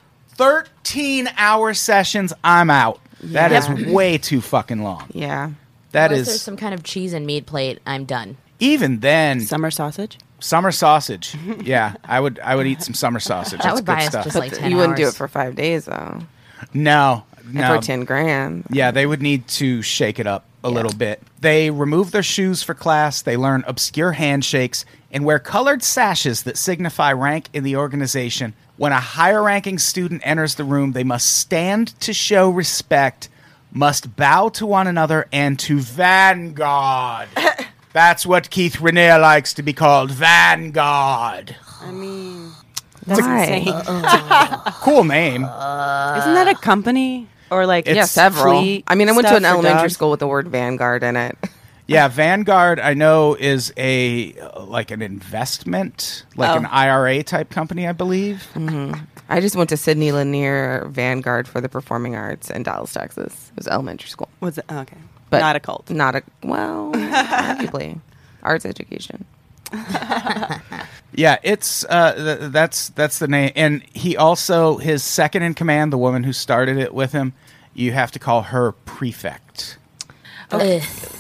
Speaker 1: thirteen-hour sessions. I'm out. That is
Speaker 4: Yeah.
Speaker 1: way too fucking long.
Speaker 4: yeah.
Speaker 1: That
Speaker 3: Unless
Speaker 1: is
Speaker 3: there's some kind of cheese and meat plate, I'm done.
Speaker 1: even then
Speaker 5: Summer sausage.
Speaker 1: summer sausage. Yeah, I would I would eat some summer sausage.
Speaker 3: That
Speaker 1: That's
Speaker 3: would
Speaker 1: good
Speaker 3: buy us
Speaker 1: stuff.
Speaker 3: just like 10
Speaker 4: you wouldn't do
Speaker 3: hours.
Speaker 4: it for five days though.
Speaker 1: No,
Speaker 4: And
Speaker 1: no.
Speaker 4: For ten grand,
Speaker 1: Yeah, they would need to shake it up a little bit. They remove their shoes for class. They learn obscure handshakes and wear colored sashes that signify rank in the organization. When a higher ranking student enters the room, they must stand to show respect, must bow to one another and to Vanguard. That's what Keith Raniere likes to be called, Vanguard.
Speaker 5: I mean,
Speaker 4: That's insane.
Speaker 1: Cool name.
Speaker 5: isn't that a company or like
Speaker 1: It's
Speaker 5: yeah,
Speaker 4: Several.
Speaker 5: fleet
Speaker 4: I mean, I went to
Speaker 5: stuff
Speaker 4: an
Speaker 5: for
Speaker 4: elementary
Speaker 5: dogs?
Speaker 4: school with the word Vanguard in it.
Speaker 1: Yeah, Vanguard I know is a uh, like an investment, like an IRA type company, I believe.
Speaker 4: I just went to Sydney Lanier Vanguard for the Performing Arts in Dallas, Texas. It was elementary school,
Speaker 5: Was it Oh, okay?
Speaker 4: but
Speaker 5: not a cult.
Speaker 4: Not a well, arguably arts education.
Speaker 1: Yeah, it's uh th- that's that's the name and he also his second in command, the woman who started it with him, you have to call her prefect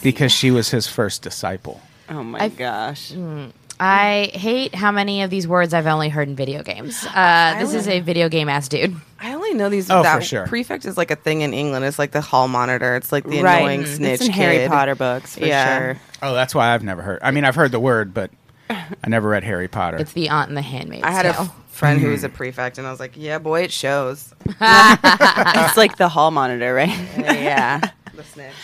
Speaker 1: because she was his first disciple.
Speaker 5: Oh my gosh.
Speaker 3: I hate how many of these words I've only heard in video games. Uh, this is a video game ass dude.
Speaker 4: I only know these.
Speaker 1: Oh,
Speaker 4: that
Speaker 1: for sure.
Speaker 4: Prefect is like a thing in England. It's like the hall monitor. It's like the
Speaker 5: right.
Speaker 4: annoying
Speaker 5: It's
Speaker 4: snitch.
Speaker 5: in Harry
Speaker 4: kid.
Speaker 5: Potter books for
Speaker 4: Yeah.
Speaker 5: sure.
Speaker 1: Oh, that's why I've never heard. I mean, I've heard the word, but I never read Harry Potter.
Speaker 3: It's the aunt and the handmaid's
Speaker 4: I had a
Speaker 3: tale.
Speaker 4: f- friend who was
Speaker 1: Mm-hmm.
Speaker 4: a prefect, and I was like, "Yeah, boy, it shows."
Speaker 5: it's like the hall monitor, right?
Speaker 4: yeah, the snitch.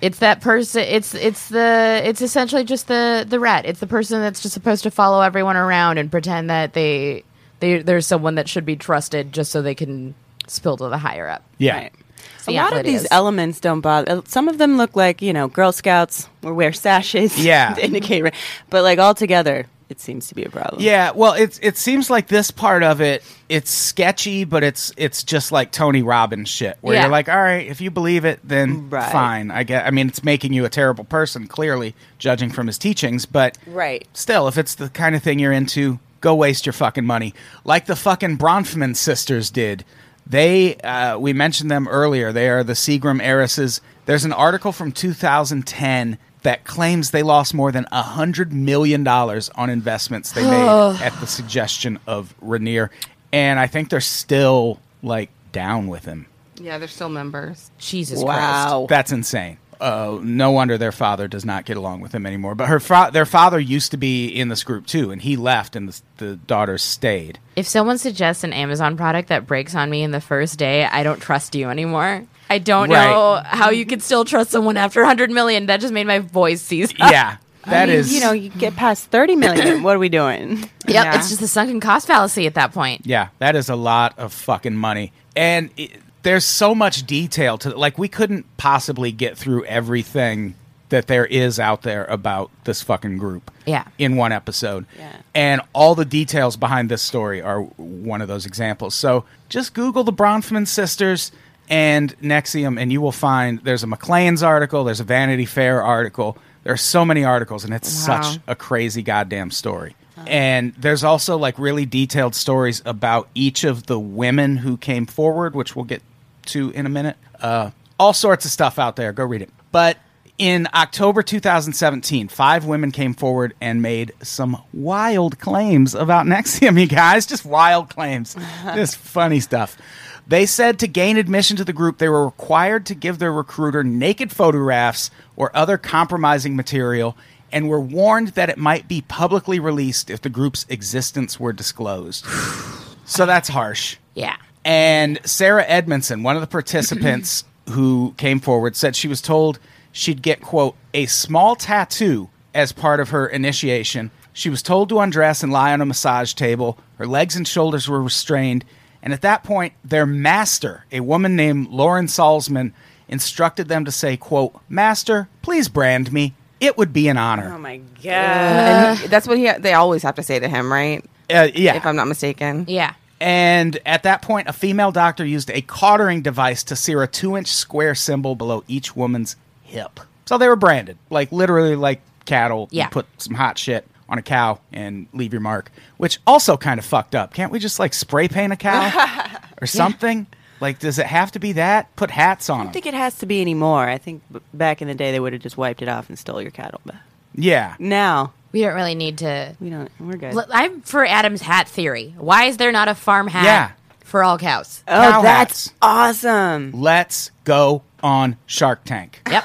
Speaker 3: It's that person. It's it's the it's essentially just the the rat. It's the person that's just supposed to follow everyone around and pretend that they they there's someone that should be trusted just so they can spill to the higher up.
Speaker 1: yeah.
Speaker 5: Right.
Speaker 3: It's
Speaker 5: A
Speaker 3: the
Speaker 5: lot
Speaker 3: Aunt
Speaker 5: of these
Speaker 3: Lydia's.
Speaker 5: elements don't bother. uh, Some of them look like you know Girl Scouts or wear sashes.
Speaker 1: Yeah.
Speaker 5: to indicate, ra- but like all together, it seems to be a problem.
Speaker 1: Yeah, well, it's it seems like this part of it, it's sketchy, but it's it's just like Tony Robbins shit, where
Speaker 3: Yeah.
Speaker 1: you're like, all right, if you believe it, then
Speaker 5: Right.
Speaker 1: fine. I get. I mean, it's making you a terrible person, clearly, judging from his teachings. But
Speaker 5: Right.
Speaker 1: still, if it's the kind of thing you're into, go waste your fucking money, like the fucking Bronfman sisters did. They, uh, we mentioned them earlier. They are the Seagram heiresses. There's an article from 2010 that claims they lost more than hundred million dollars on investments they made at the suggestion of Rainier, and I think they're still like down with him.
Speaker 4: Yeah, they're still members.
Speaker 3: Jesus Christ.
Speaker 5: Wow.
Speaker 1: That's insane. Uh, no wonder their father does not get along with him anymore. But her fa- their father used to be in this group too, and he left, and the, the daughters stayed.
Speaker 3: If someone suggests an Amazon product that breaks on me in the first day, I don't trust you anymore. I don't
Speaker 1: Right.
Speaker 3: know how you could still trust someone after 100 million. That just made my voice seize. up.
Speaker 1: Yeah, that is
Speaker 5: Ah. you know, you get past thirty million. what are we doing?
Speaker 3: Yep,
Speaker 4: Yeah.
Speaker 3: it's just the sunken cost fallacy at that point.
Speaker 1: Yeah, that is a lot of fucking money. And it, there's so much detail to like we couldn't possibly get through everything that there is out there about this fucking group.
Speaker 3: Yeah.
Speaker 1: In one episode.
Speaker 5: Yeah.
Speaker 1: And all the details behind this story are one of those examples. So just Google the Bronfman sisters and Nexium and you will find there's a McLean's article, there's a Vanity Fair article. There are so many articles and it's
Speaker 4: Wow.
Speaker 1: such a crazy goddamn story. And there's also like really detailed stories about each of the women who came forward, which we'll get to in a minute. Uh, all sorts of stuff out there. Go read it. But in October 2017, five women came forward and made some wild claims about Nexium, you guys. Just wild claims. Just funny stuff. They said to gain admission to the group, they were required to give their recruiter naked photographs or other compromising material and were warned that it might be publicly released if the group's existence were disclosed. so that's harsh.
Speaker 3: Yeah.
Speaker 1: And Sarah Edmondson, one of the participants who came forward, said she was told she'd get, quote, a small tattoo as part of her initiation. She was told to undress and lie on a massage table. Her legs and shoulders were restrained. And at that point, their master, a woman named Lauren Salzman, instructed them to say, quote, Master, please brand me. It would be an honor.
Speaker 5: Oh
Speaker 4: Um,
Speaker 5: my god!
Speaker 4: And he- that's what he. They always have to say to him, right?
Speaker 1: Uh, yeah.
Speaker 4: If I'm not mistaken.
Speaker 3: Yeah.
Speaker 1: And at that point, a female doctor used a cautering device to sear a two inch square symbol below each woman's hip. So they were branded, like literally like cattle.
Speaker 3: Yeah.
Speaker 1: You put some hot shit on a cow and leave your mark, which also kind of fucked up. Can't we just like spray paint a cow or something? Like, does it have to be that? Put hats on
Speaker 5: I
Speaker 1: 'em.
Speaker 5: think it has to be anymore. I think b- back in the day they would have just wiped it off and stole your cattle. But
Speaker 1: yeah.
Speaker 5: now
Speaker 3: We don't really need to.
Speaker 5: we don't. We're good.
Speaker 3: L- I'm for Adam's hat theory. Why is there not a farm hat
Speaker 1: Yeah. Uh,
Speaker 3: for all cows?
Speaker 5: oh,
Speaker 1: cow
Speaker 5: that's
Speaker 1: hats.
Speaker 5: awesome.
Speaker 1: Let's go on Shark Tank.
Speaker 3: Yep.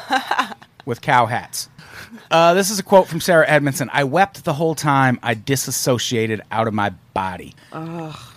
Speaker 1: with cow hats. Uh, this is a quote from Sarah Edmondson. I wept the whole time. I disassociated out of my body.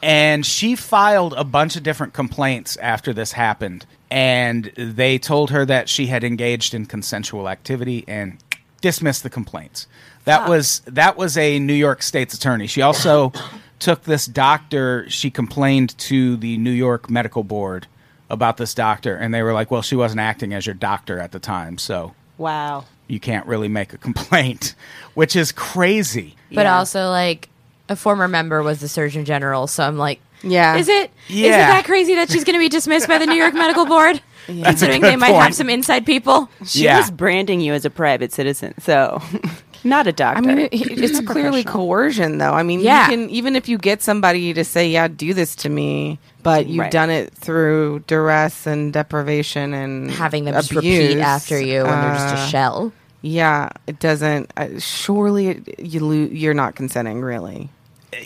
Speaker 1: And she filed a bunch of different complaints after this happened. And they told her that she had engaged in consensual activity and dismissed the complaints. That was that was a New York State's attorney. She also took this doctor. She complained to the New York Medical Board about this doctor, and they were like, "Well, she wasn't acting as your doctor at the time, so
Speaker 5: Wow.
Speaker 1: you can't really make a complaint," which is crazy.
Speaker 3: But
Speaker 5: Yeah.
Speaker 3: also, like, a former member was the Surgeon General, so I'm like,
Speaker 4: Yeah.
Speaker 3: is it is it
Speaker 1: Yeah.
Speaker 3: that crazy that she's going to be dismissed by the New York Medical Board? Considering
Speaker 1: good
Speaker 3: they might
Speaker 1: point.
Speaker 3: have some inside people.
Speaker 5: She
Speaker 1: Yeah.
Speaker 5: was branding you as a private citizen, so not a doctor.
Speaker 4: I mean, it, it's clearly coercion, though. I mean, you
Speaker 3: Yeah.
Speaker 4: can, even if you get somebody to say, "Yeah, do this to me," but you've
Speaker 5: Right.
Speaker 4: done it through duress and deprivation and
Speaker 3: Having them
Speaker 4: abuse,
Speaker 3: just repeat after you when they're just
Speaker 4: uh,
Speaker 3: a shell.
Speaker 4: Yeah, it doesn't. Uh, surely it, you lo- you're not consenting, really.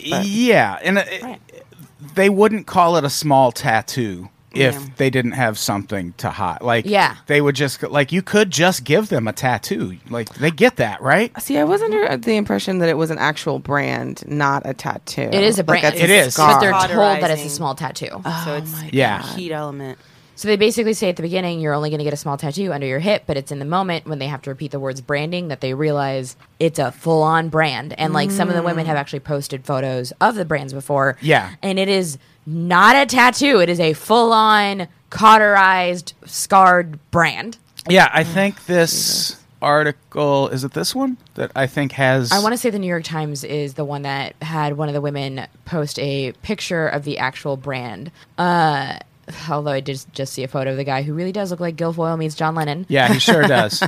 Speaker 1: yeah, and uh, it,
Speaker 5: Right.
Speaker 1: they wouldn't call it a small tattoo if
Speaker 5: Yeah.
Speaker 1: they didn't have something to hide. Like,
Speaker 3: Yeah.
Speaker 1: they would just like you could just give them a tattoo. Like they get that right.
Speaker 4: See, I was under the impression that it was an actual brand, not a tattoo.
Speaker 3: It is a brand.
Speaker 4: Like, that's
Speaker 1: It
Speaker 4: a
Speaker 1: is.
Speaker 4: scar.
Speaker 3: But they're told that it's a
Speaker 5: Cauterizing.
Speaker 3: small tattoo.
Speaker 5: so
Speaker 1: Oh
Speaker 5: it's
Speaker 1: Yeah.
Speaker 5: heat element.
Speaker 3: So they basically say at the beginning, you're only going to get a small tattoo under your hip, but it's in the moment when they have to repeat the words branding that they realize it's a full on brand. And like some of the women have actually posted photos of the brands before.
Speaker 1: Yeah.
Speaker 3: And it is not a tattoo, it is a full on cauterized, scarred brand.
Speaker 1: Yeah, I think this article is it this one that I think has.
Speaker 3: I want to say the New York Times is the one that had one of the women post a picture of the actual brand. Uh, although I did just see a photo of the guy who really does look like Guilfoyle meets John Lennon.
Speaker 1: Yeah, he sure does.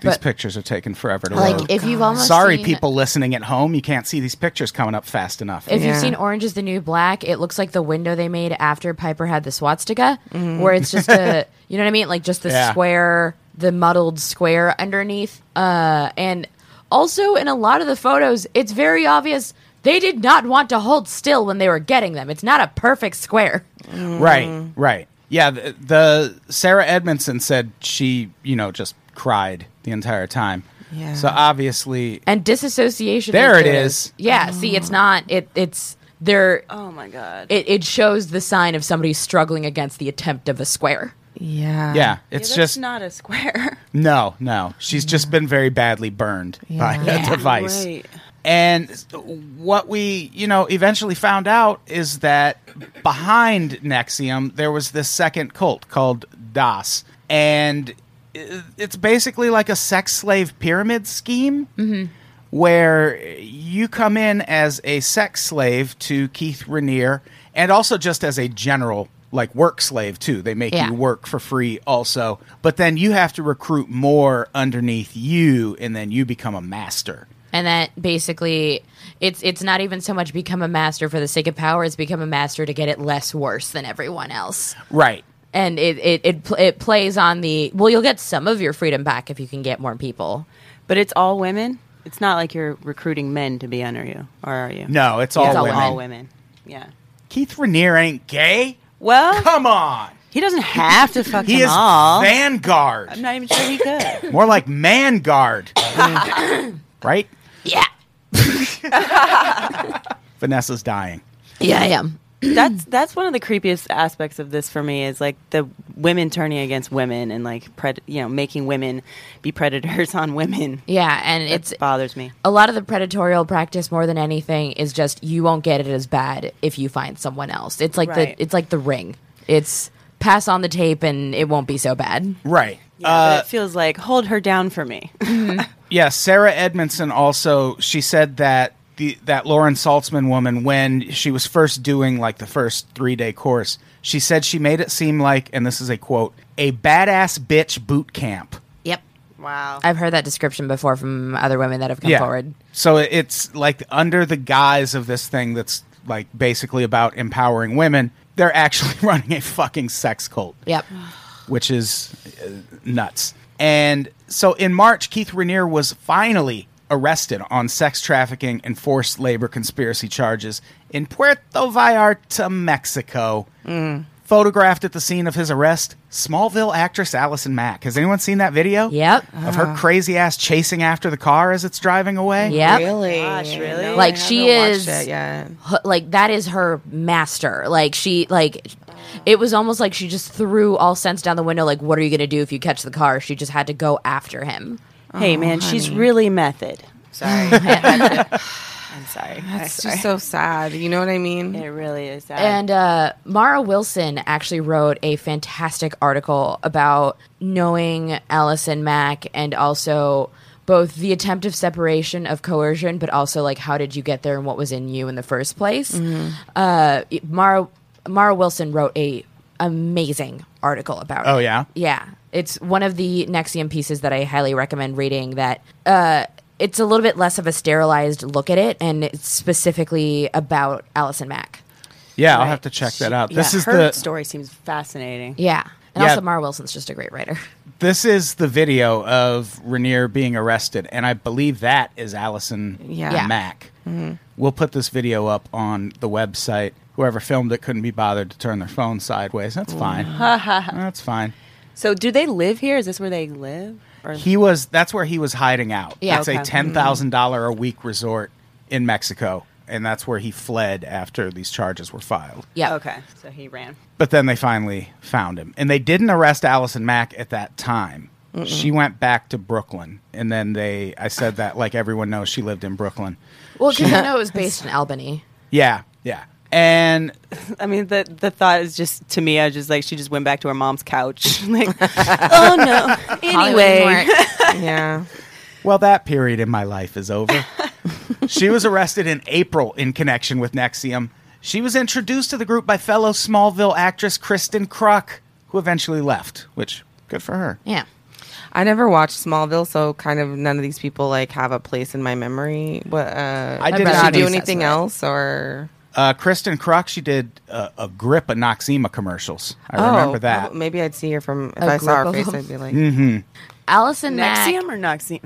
Speaker 1: these pictures are taking forever to
Speaker 3: Uh, Like
Speaker 1: load.
Speaker 3: if you've almost
Speaker 1: Sorry,
Speaker 3: seen-
Speaker 1: people listening at home, you can't see these pictures coming up fast enough.
Speaker 3: If you've
Speaker 4: Yeah.
Speaker 3: seen Orange is the New Black, it looks like the window they made after Piper had the swastika, where it's just a, you know what I mean? Like just the
Speaker 1: Mm-hmm. Yeah.
Speaker 3: square, the muddled square underneath. Uh, and also in a lot of the photos, it's very obvious they did not want to hold still when they were getting them. It's not a perfect square.
Speaker 1: Right, right. Yeah, the, the Sarah Edmondson said she, you know, just cried the entire time.
Speaker 4: Yeah.
Speaker 1: So obviously,
Speaker 3: And disassociation.
Speaker 1: There it
Speaker 3: it is.
Speaker 1: is. Oh.
Speaker 3: Yeah. See, it's not. It it's there.
Speaker 5: Oh my god.
Speaker 3: It it shows the sign of somebody struggling against the attempt of a square.
Speaker 4: Yeah.
Speaker 1: yeah, it's
Speaker 5: that's
Speaker 1: just
Speaker 5: not a square.
Speaker 1: no, no. She's just been very badly burned by a device.
Speaker 5: Right.
Speaker 1: And what we, you know, eventually found out is that behind Nexium there was this second cult called Das, and i- it's basically like a sex slave pyramid scheme
Speaker 5: Mm-hmm.
Speaker 1: where you come in as a sex slave to Keith Rainier and also just as a general like work slave too. They make
Speaker 3: Yeah.
Speaker 1: you work for free also, but then you have to recruit more underneath you and then you become a master.
Speaker 3: and that basically it's it's not even so much become a master for the sake of power it's become a master to get it less worse than everyone else
Speaker 1: Right.
Speaker 3: and it it it, pl- it plays on the well you'll get some of your freedom back if you can get more people
Speaker 5: But it's all women. It's not like you're recruiting men to be under you, or are you?
Speaker 1: No, it's
Speaker 3: Yeah,
Speaker 1: all,
Speaker 3: it's all
Speaker 1: women.
Speaker 5: all women. Yeah.
Speaker 1: Keith Rainier ain't gay.
Speaker 5: Well,
Speaker 1: Come on.
Speaker 5: he doesn't have to fuck
Speaker 1: He
Speaker 5: them
Speaker 1: is
Speaker 5: all.
Speaker 1: vanguard.
Speaker 5: I'm not even sure he could.
Speaker 1: More like manguard. right?
Speaker 3: yeah
Speaker 1: Vanessa's dying.
Speaker 3: yeah i am
Speaker 5: that's that's one of the creepiest aspects of this for me is like the women turning against women and like pred- you know making women be predators on women.
Speaker 3: yeah and
Speaker 5: It
Speaker 3: it's
Speaker 5: bothers me.
Speaker 3: a lot of the predatorial practice more than anything is just you won't get it as bad if you find someone else it's like
Speaker 5: Right.
Speaker 3: the it's like the ring it's pass on the tape and it won't be so bad
Speaker 1: Right.
Speaker 5: Yeah,
Speaker 1: uh,
Speaker 5: but it feels like hold her down for me.
Speaker 1: yeah, Sarah Edmondson also, she said that the, that Lauren Saltzman woman, when she was first doing like the first three day course, she said she made it seem like, and this is a quote, a badass bitch boot camp.
Speaker 3: yep
Speaker 5: wow.
Speaker 3: i've heard that description before from other women that have come forward
Speaker 1: So it- it's like under the guise of this thing that's like basically about empowering women, they're actually running a fucking sex cult,
Speaker 3: yep
Speaker 1: which is uh, nuts. And so in March, Keith Rainier was finally arrested on sex trafficking and forced labor conspiracy charges in Puerto Vallarta, Mexico.
Speaker 5: Mm.
Speaker 1: Photographed at the scene of his arrest, Smallville actress Allison Mack. Has anyone seen that video?
Speaker 3: Yep.
Speaker 1: Of
Speaker 5: Uh-huh.
Speaker 1: her crazy ass chasing after the car as it's driving away?
Speaker 3: Yep.
Speaker 4: Really?
Speaker 5: Gosh, really?
Speaker 4: No,
Speaker 3: Like,
Speaker 4: I
Speaker 3: she
Speaker 4: haven't
Speaker 3: is-
Speaker 4: watched it yet.
Speaker 3: H- Like that is her master. Like she like it was almost like she just threw all sense down the window like what are you going to do if you catch the car? She just had to go after him.
Speaker 5: hey
Speaker 1: Oh,
Speaker 5: man, she's really method.
Speaker 4: Sorry.
Speaker 5: I'm sorry.
Speaker 4: That's just so sad. You know what I mean?
Speaker 5: it really is that.
Speaker 3: And uh, Mara Wilson actually wrote a fantastic article about knowing Allison Mack and also both the attempt of separation of coercion, but also like how did you get there and what was in you in the first place. Uh, it- Mara Mara Wilson wrote a amazing article about it.
Speaker 1: Oh, yeah?
Speaker 3: Yeah. It's one of the Nexium pieces that I highly recommend reading that uh, it's a little bit less of a sterilized look at it and it's specifically about Allison Mack.
Speaker 1: Yeah, I'll have to check that out. This
Speaker 5: Yeah,
Speaker 1: is
Speaker 5: her
Speaker 1: the
Speaker 5: story seems fascinating.
Speaker 3: Yeah. And
Speaker 1: Yeah.
Speaker 3: also Mara Wilson's just a great writer.
Speaker 1: this is the video of Rainier being arrested, and I believe that is Allison
Speaker 4: Yeah. Yeah.
Speaker 1: Mack. We'll put this video up on the website. Whoever filmed it couldn't be bothered to turn their phone sideways. That's fine. That's fine.
Speaker 5: So, do they live here? Is this where they live? Or
Speaker 1: He was. That's where he was hiding out.
Speaker 3: Yeah,
Speaker 1: it's a
Speaker 5: okay.
Speaker 1: ten thousand dollar a week resort in Mexico, and that's where he fled after these charges were filed.
Speaker 3: Yeah.
Speaker 5: okay, so he ran.
Speaker 1: But then they finally found him. And they didn't arrest Allison Mack at that time. She went back to Brooklyn. And then they, I said that like everyone knows she lived in Brooklyn.
Speaker 3: Well, because I know it was based in Albany.
Speaker 1: Yeah, yeah. And
Speaker 5: I mean, the the thought is just to me. I was just like she just went back to her mom's couch. like, oh no. Anyway,
Speaker 4: yeah.
Speaker 1: well, that period in my life is over. she was arrested in April in connection with Nexium. She was introduced to the group by fellow Smallville actress Kristen Kruk, who eventually left, which good for her.
Speaker 3: Yeah.
Speaker 4: I never watched Smallville, so kind of none of these people like have a place in my memory. But uh,
Speaker 1: I did
Speaker 4: does
Speaker 1: not
Speaker 4: she do
Speaker 1: notice
Speaker 4: anything
Speaker 1: that.
Speaker 4: else or?
Speaker 1: Uh, Kristen Kruk, she did uh, a grip of Noxema commercials. I
Speaker 4: Oh,
Speaker 1: remember that. Mm-hmm.
Speaker 4: well, Maybe I'd see her from if
Speaker 3: A
Speaker 4: I saw her
Speaker 3: group of
Speaker 4: face,
Speaker 3: them.
Speaker 4: I'd be like,
Speaker 3: Allison Mack.
Speaker 5: Nexium or Noxium?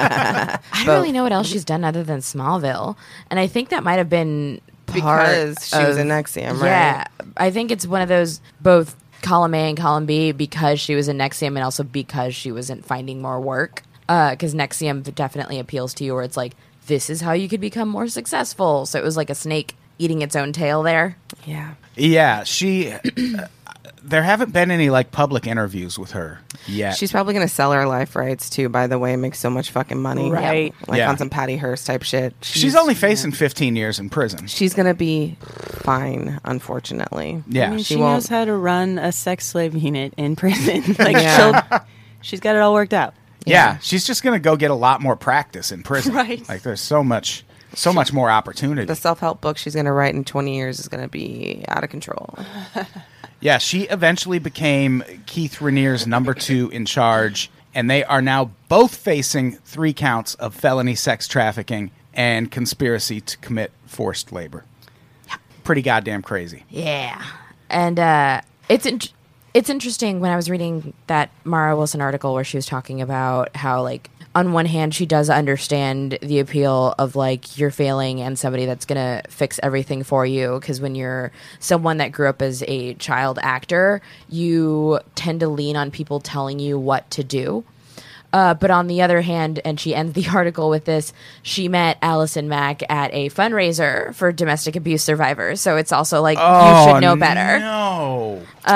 Speaker 3: I don't really know what else she's done other than Smallville, and I think that might have been part
Speaker 4: because she was
Speaker 3: of-
Speaker 4: in Nexium, right?
Speaker 3: Yeah, I think it's one of those both column A and column B because she was in Nexium and also because she wasn't finding more work. Because Nexium definitely appeals to you, where it's like this is how you could become more successful. So it was like a snake eating its own tail there.
Speaker 4: yeah.
Speaker 1: Yeah, she. uh, there haven't been any like public interviews with her yet.
Speaker 4: She's probably gonna sell her life rights too. By the way, and make so much fucking money,
Speaker 5: Right.
Speaker 4: Like
Speaker 1: Yeah.
Speaker 4: on some Patty Hearst type shit.
Speaker 1: she's, only facing 15 years in prison.
Speaker 4: she's gonna be fine, unfortunately.
Speaker 1: Yeah,
Speaker 5: I mean,
Speaker 4: she
Speaker 5: she,
Speaker 4: won't.
Speaker 5: knows how to run a sex slave unit in prison. like
Speaker 4: Yeah.
Speaker 5: she'll, she's got it all worked out.
Speaker 1: yeah. she's just gonna go get a lot more practice in prison.
Speaker 5: Right.
Speaker 1: Like there's so much, so much more opportunity.
Speaker 4: The self help book she's gonna write in twenty years is gonna be out of control.
Speaker 1: Yeah, she eventually became Keith Rainier's number two in charge, and they are now both facing three counts of felony sex trafficking and conspiracy to commit forced labor. Pretty goddamn crazy.
Speaker 3: Yeah, and uh, it's in- it's interesting when I was reading that Mara Wilson article where she was talking about how like on one hand she does understand the appeal of like you're failing and somebody that's gonna fix everything for you because when you're someone that grew up as a child actor you tend to lean on people telling you what to do uh, but on the other hand, and she ends the article with this she met Allison Mack at a fundraiser for domestic abuse survivors. So it's also like, you should know better.
Speaker 1: Oh, No.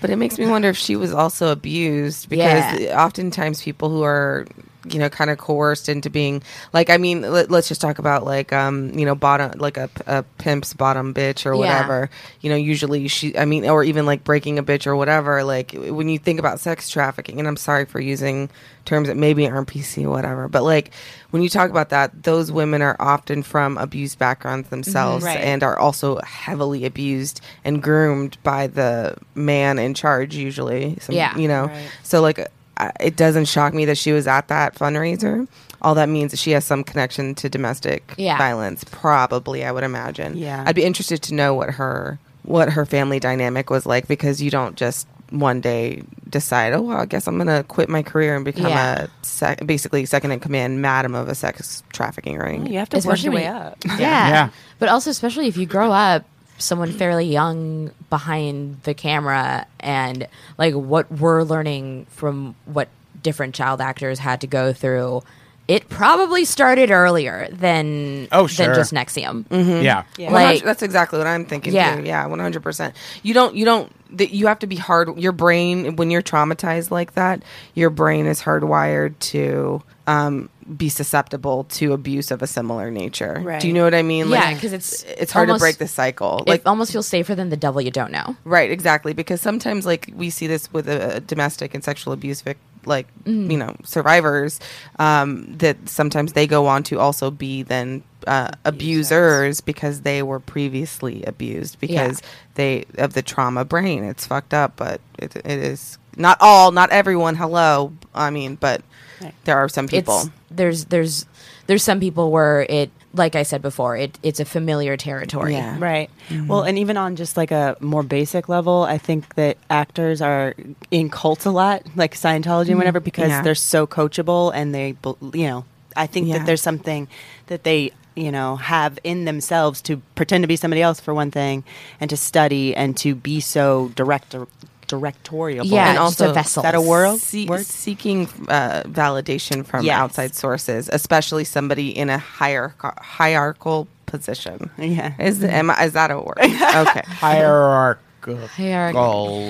Speaker 4: But it makes me wonder if she was also abused because oftentimes people who are you know kind of coerced into being like I mean let, let's just talk about like um you know bottom like a, a pimp's bottom bitch or
Speaker 3: Yeah.
Speaker 4: whatever you know usually she I mean or even like breaking a bitch or whatever like when you think about sex trafficking and I'm sorry for using terms that maybe aren't PC or whatever but like when you talk about that those women are often from abused backgrounds themselves
Speaker 5: Right.
Speaker 4: and are also heavily abused and groomed by the man in charge usually some-
Speaker 3: Yeah.
Speaker 4: you know
Speaker 5: Right.
Speaker 4: so like I- it doesn't shock me that she was at that fundraiser all that means is she has some connection to domestic
Speaker 3: Yeah.
Speaker 4: violence probably i would imagine
Speaker 5: Yeah.
Speaker 4: i'd be interested to know what her what her family dynamic was like because you don't just one day decide oh well, i guess i'm gonna quit my career and become
Speaker 3: Yeah.
Speaker 4: a sec- basically second in command madam of a sex trafficking
Speaker 3: Oh,
Speaker 4: ring
Speaker 5: You have to work
Speaker 3: Especially
Speaker 5: your way
Speaker 3: when-
Speaker 5: up.
Speaker 3: Yeah.
Speaker 1: Yeah.
Speaker 3: But also, especially if you grow up someone fairly young behind the camera and like what we're learning from what different child actors had to go through, it probably started earlier than,
Speaker 1: Oh, sure.
Speaker 3: than just Nexium.
Speaker 1: Yeah.
Speaker 5: Yeah.
Speaker 4: Well,
Speaker 3: Like-
Speaker 4: that's exactly what I'm thinking.
Speaker 3: Yeah.
Speaker 4: too. yeah, one hundred percent. You don't, you don't, that you have to be hard your brain when you're traumatized like that your brain is hardwired to um, be susceptible to abuse of a similar nature
Speaker 5: Right.
Speaker 4: do you know what i mean
Speaker 3: Yeah, 'cause it's
Speaker 4: it's hard
Speaker 3: almost-
Speaker 4: to break the cycle
Speaker 3: Like, it almost feels safer than the devil you don't know.
Speaker 4: Right, exactly. Because sometimes, like, we see this with uh, domestic and sexual abuse, vic- like, you know, survivors, um, that sometimes they go on to also be then uh, abusers because they were previously abused because they of the trauma brain. It's fucked up, but it, it is not all, not everyone. Hello, I mean, but
Speaker 5: Right.
Speaker 4: there are some people.
Speaker 3: It's there's there's there's some people where it like I said before, it it's a familiar territory.
Speaker 4: Yeah. Mm-hmm.
Speaker 5: Right. Well, and even on just like a more basic level, I think that actors are in cults a lot, like Scientology and whatever, because
Speaker 4: Mm-hmm. Yeah.
Speaker 5: they're so coachable and they, bel- you know, I think
Speaker 4: Yeah.
Speaker 5: that there's something that they, you know, have in themselves to pretend to be somebody else for one thing and to study and to be so director directorial.
Speaker 3: Yeah,
Speaker 4: And
Speaker 3: just
Speaker 4: also-
Speaker 3: a vessel.
Speaker 5: Is that a world?
Speaker 4: See-
Speaker 5: word?
Speaker 4: seeking uh, validation from
Speaker 5: Yes.
Speaker 4: outside sources, especially somebody in a hierarch- hierarchical position.
Speaker 5: Yeah.
Speaker 4: is the, am I, is that a word? Okay,
Speaker 1: Hierarchical.
Speaker 3: Hierarchical.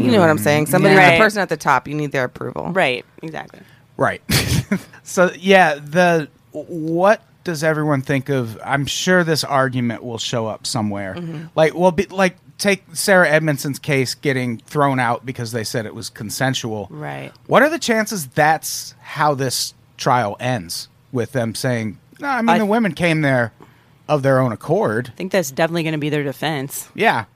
Speaker 4: you know what I'm saying. Somebody,
Speaker 5: Right.
Speaker 4: the person at the top, you need their approval.
Speaker 5: Right. Exactly.
Speaker 1: Right. so yeah, the what does everyone think of? I'm sure this argument will show up somewhere.
Speaker 5: Mm-hmm.
Speaker 1: Like, well, be, like take Sarah Edmondson's case getting thrown out because they said it was consensual.
Speaker 5: Right.
Speaker 1: What are the chances that's how this trial ends with them saying, "No, I mean
Speaker 5: I-
Speaker 1: the women came there of their own accord."
Speaker 5: I think that's definitely going to be their defense.